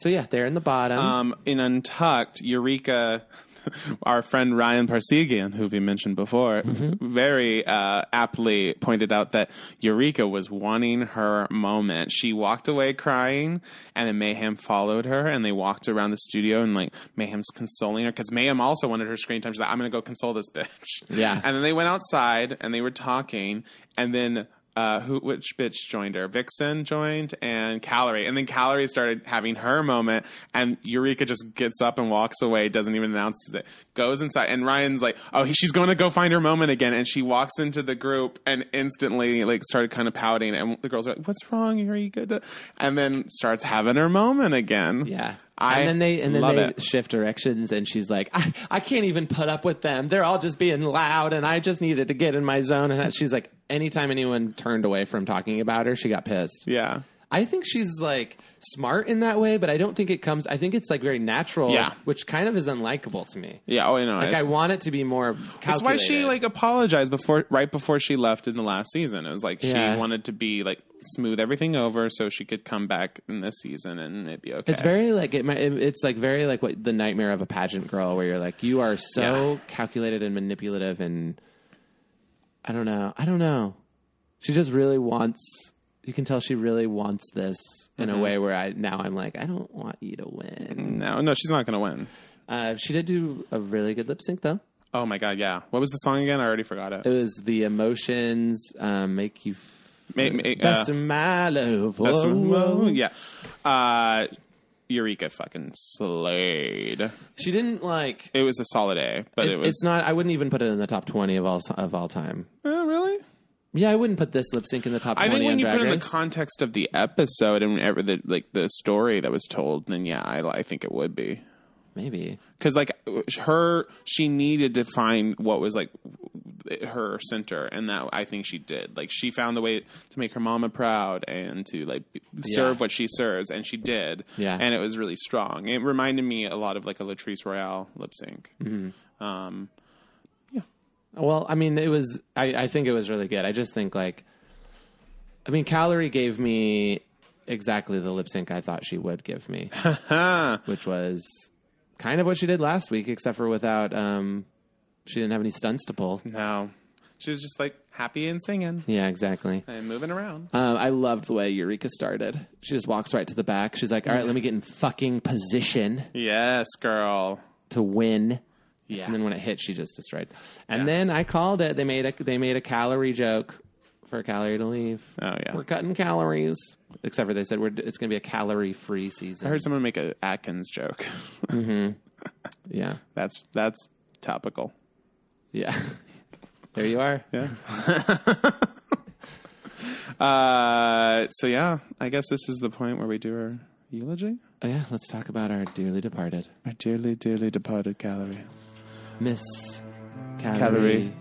Speaker 2: So yeah, they're in the bottom.
Speaker 3: Um, in Untucked, Eureka, our friend Ryan Parsegian, who we mentioned before, very uh, aptly pointed out that Eureka was wanting her moment. She walked away crying, and then Mayhem followed her, and they walked around the studio, and like Mayhem's consoling her because Mayhem also wanted her screen time. She's like, "I'm gonna go console this bitch."
Speaker 2: Yeah.
Speaker 3: and then they went outside, and they were talking, and then. Uh, who which bitch joined her? Vixen joined and Calorie, and then Calorie started having her moment, and Eureka just gets up and walks away, doesn't even announce it, goes inside, and Ryan's like, "Oh, he- she's going to go find her moment again," and she walks into the group and instantly like started kind of pouting, and the girls are like, "What's wrong, Eureka?" And then starts having her moment again.
Speaker 2: yeah.
Speaker 3: I
Speaker 2: and then they and then
Speaker 3: love
Speaker 2: they
Speaker 3: it.
Speaker 2: shift directions and she's like, I, I can't even put up with them. They're all just being loud and I just needed to get in my zone. And she's like, anytime anyone turned away from talking about her, she got pissed.
Speaker 3: yeah.
Speaker 2: I think she's like smart in that way, but I don't think it comes I think it's like very natural,
Speaker 3: Yeah.
Speaker 2: which kind of is unlikable to me.
Speaker 3: Yeah, oh, I know.
Speaker 2: Like
Speaker 3: it's-
Speaker 2: I want it to be more calculated.
Speaker 3: That's why she like apologized before, right before she left in the last season. It was like
Speaker 2: Yeah.
Speaker 3: she wanted to be like smooth everything over so she could come back in this season and it'd be okay.
Speaker 2: It's very like it, might- it. It's like very like what the nightmare of a pageant girl, where you're like you are so calculated and manipulative, and I don't know. I don't know. She just really wants. You can tell she really wants this in
Speaker 3: Mm-hmm.
Speaker 2: a way where I now I'm like I don't want you to win.
Speaker 3: no, no, she's not gonna win.
Speaker 2: Uh, she did do a really good lip sync though.
Speaker 3: Oh my god, yeah. What was the song again? I already forgot it.
Speaker 2: It was the emotions um, make you f-
Speaker 3: Ma- ma-
Speaker 2: best
Speaker 3: uh,
Speaker 2: of my love.
Speaker 3: that's-
Speaker 2: Whoa, whoa.
Speaker 3: yeah. Uh, Eureka fucking slayed.
Speaker 2: She didn't like.
Speaker 3: It was a solid A, but it,
Speaker 2: it-
Speaker 3: was.
Speaker 2: it's not. I wouldn't even put it in the top twenty of all of all time.
Speaker 3: Eh, really.
Speaker 2: Yeah, I wouldn't put this lip sync in the top
Speaker 3: I
Speaker 2: 20
Speaker 3: think
Speaker 2: on
Speaker 3: when you
Speaker 2: Drag
Speaker 3: put it in the
Speaker 2: Race.
Speaker 3: context of the episode and ever the like the story that was told, then yeah, I, I think it would be.
Speaker 2: Maybe.
Speaker 3: because like her she needed to find what was like her center and that i think she did like she found the way to make her mama proud and to like b- serve what she serves and she did
Speaker 2: Yeah.
Speaker 3: and it was really strong it reminded me a lot of like a latrice royale lip sync
Speaker 2: Mm-hmm.
Speaker 3: um
Speaker 2: Well, I mean, it was. I, I think it was really good. I just think like, I mean, Calorie gave me exactly the lip sync I thought she would give me, which was kind of what she did last week, except for without. um She didn't have any stunts to pull.
Speaker 3: no she was just like happy and singing
Speaker 2: Yeah, exactly.
Speaker 3: and moving around
Speaker 2: Um, I loved the way Eureka started. She just walks right to the back. She's like, "All right, let me get in fucking position."
Speaker 3: yes girl
Speaker 2: to win. Yeah. And then when it hit, she just destroyed. And then I called it. They made a they made a calorie joke for a calorie to leave.
Speaker 3: Oh, yeah.
Speaker 2: we're cutting calories. Except for they said we're it's going to be a calorie free season.
Speaker 3: i heard someone make a atkins joke
Speaker 2: yeah,
Speaker 3: that's that's topical
Speaker 2: yeah. there you are.
Speaker 3: Yeah. uh, so yeah, I guess this is the point where we do our eulogy.
Speaker 2: Oh, yeah, let's talk about our dearly departed
Speaker 3: Our dearly, dearly departed gallery.
Speaker 2: Miss
Speaker 3: Calorie
Speaker 2: Calorie.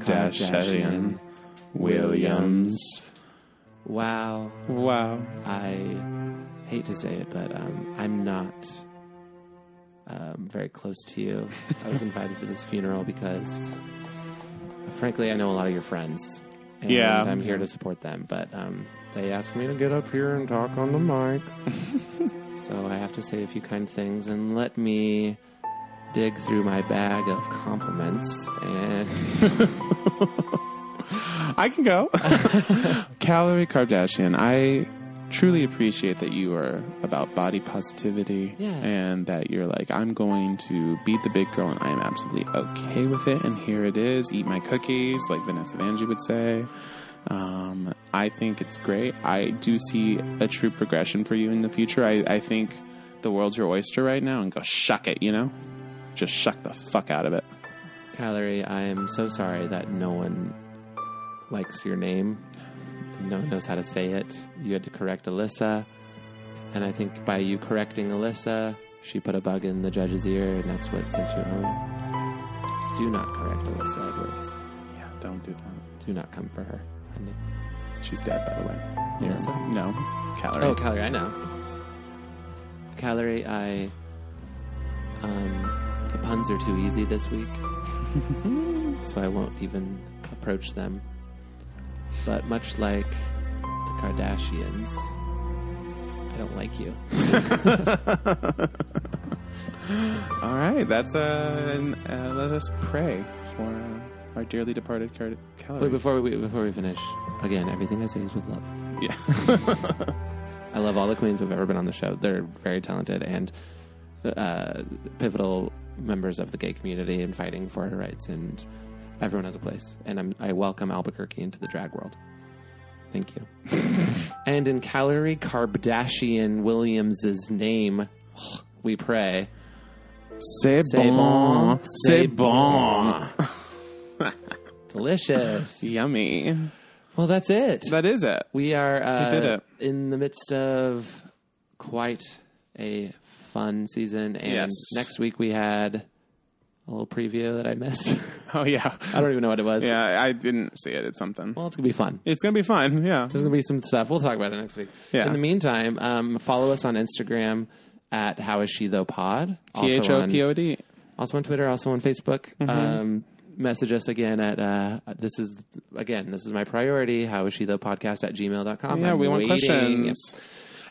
Speaker 3: Kardashian
Speaker 2: Kardashian
Speaker 3: Williams.
Speaker 2: Wow,
Speaker 3: Wow.
Speaker 2: I hate to say it, but um, I'm not um, very close to you. I was invited to this funeral because, uh, frankly, I know a lot of your friends. And
Speaker 3: Yeah.
Speaker 2: I'm here to support them, but um, they asked me to get up here and talk on the mic. so I have to say a few kind things and let me dig through my bag of compliments. And
Speaker 3: I can go. Calorie Kardashian, I truly appreciate that you are about body positivity
Speaker 2: Yeah.
Speaker 3: and that you're like, I'm going to beat the big girl and I am absolutely okay with it. And here it is. Eat my cookies, like Vanessa Vanjie would say. Um, I think it's great. I do see a true progression for you in the future. I, I think the world's your oyster right now and go shuck it, you know? Just shuck the fuck out of it.
Speaker 2: Calorie, I am so sorry that no one likes your name. No one knows how to say it. You had to correct Alyssa. And I think by you correcting Alyssa, she put a bug in the judge's ear, and that's what sent you home. Do not correct Alyssa Edwards.
Speaker 3: Yeah, don't do that.
Speaker 2: Do not come for her. And-
Speaker 3: She's dead, by the way.
Speaker 2: Yes.
Speaker 3: No. Calorie.
Speaker 2: Oh, Calorie, I know. Calorie, I. Um, the puns are too easy this week, so I won't even approach them. But much like the Kardashians, I don't like you.
Speaker 3: All right, that's uh, an, uh let us pray for uh, our dearly departed car- calorie.
Speaker 2: Wait, before we before we finish, again, everything I say is with love.
Speaker 3: yeah.
Speaker 2: I love all the queens who've ever been on the show. They're very talented and uh, pivotal members of the gay community and fighting for her rights. And everyone has a place. And I'm, I welcome Albuquerque into the drag world. Thank you. and in Calorie Kardashian Williams's name, we pray.
Speaker 3: C'est bon.
Speaker 2: c'est
Speaker 3: C'est bon.
Speaker 2: Delicious.
Speaker 3: Yummy.
Speaker 2: Well, that's it.
Speaker 3: That is it.
Speaker 2: We are uh,
Speaker 3: did it.
Speaker 2: in the midst of quite a fun season, and
Speaker 3: Yes.
Speaker 2: next week we had a little preview that I missed.
Speaker 3: Oh yeah.
Speaker 2: I don't even know what it was.
Speaker 3: Yeah, I didn't see it. It's something.
Speaker 2: Well, it's gonna be fun.
Speaker 3: It's gonna be fun. Yeah.
Speaker 2: There's gonna be some stuff. We'll talk about it next week.
Speaker 3: Yeah.
Speaker 2: In the meantime, um, follow us on Instagram at How Is She Though Pod.
Speaker 3: T
Speaker 2: Also
Speaker 3: h o
Speaker 2: on-
Speaker 3: p o Mm-hmm. d.
Speaker 2: also on Twitter, also on Facebook. Um, message us again at uh, this is again this is my priority. How is she though podcast at gmail.com.
Speaker 3: Yeah,
Speaker 2: I'm
Speaker 3: we want
Speaker 2: waiting.
Speaker 3: questions.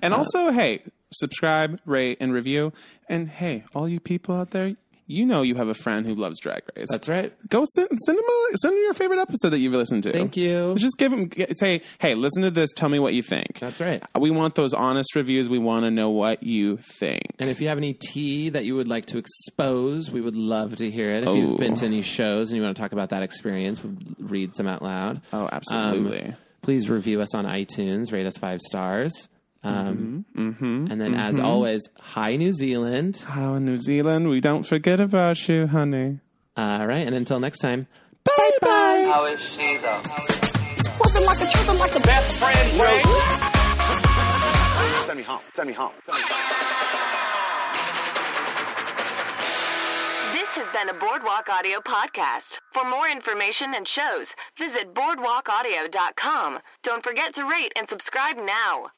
Speaker 3: And also, hey, subscribe, rate, and review. And hey, all you people out there, you know you have a friend who loves Drag Race.
Speaker 2: That's right.
Speaker 3: Go send send them a, send them your favorite episode that you've listened to.
Speaker 2: Thank you.
Speaker 3: Just give them say, hey, listen to this. Tell me what you think. Uh,
Speaker 2: That's right.
Speaker 3: We want those honest reviews. We want to know what you think.
Speaker 2: And if you have any tea that you would like to expose, we would love to hear it. If
Speaker 3: Oh.
Speaker 2: you've been to any shows and you want to talk about that experience, we'll read some out loud.
Speaker 3: Oh, absolutely.
Speaker 2: Um, please review us on iTunes, rate us five stars. Um,
Speaker 3: Mm-hmm.
Speaker 2: and then, as always, hi, New Zealand.
Speaker 3: How in New Zealand, we don't forget about you, honey.
Speaker 2: All right. And until next time.
Speaker 3: Bye bye.
Speaker 4: How is she though?
Speaker 8: Swerving like a tripping like a
Speaker 6: Best friend way.
Speaker 9: Send me home. Send me home.
Speaker 1: This has been a Boardwalk Audio podcast. For more information and shows, visit boardwalkaudio.com. Don't forget to rate and subscribe now.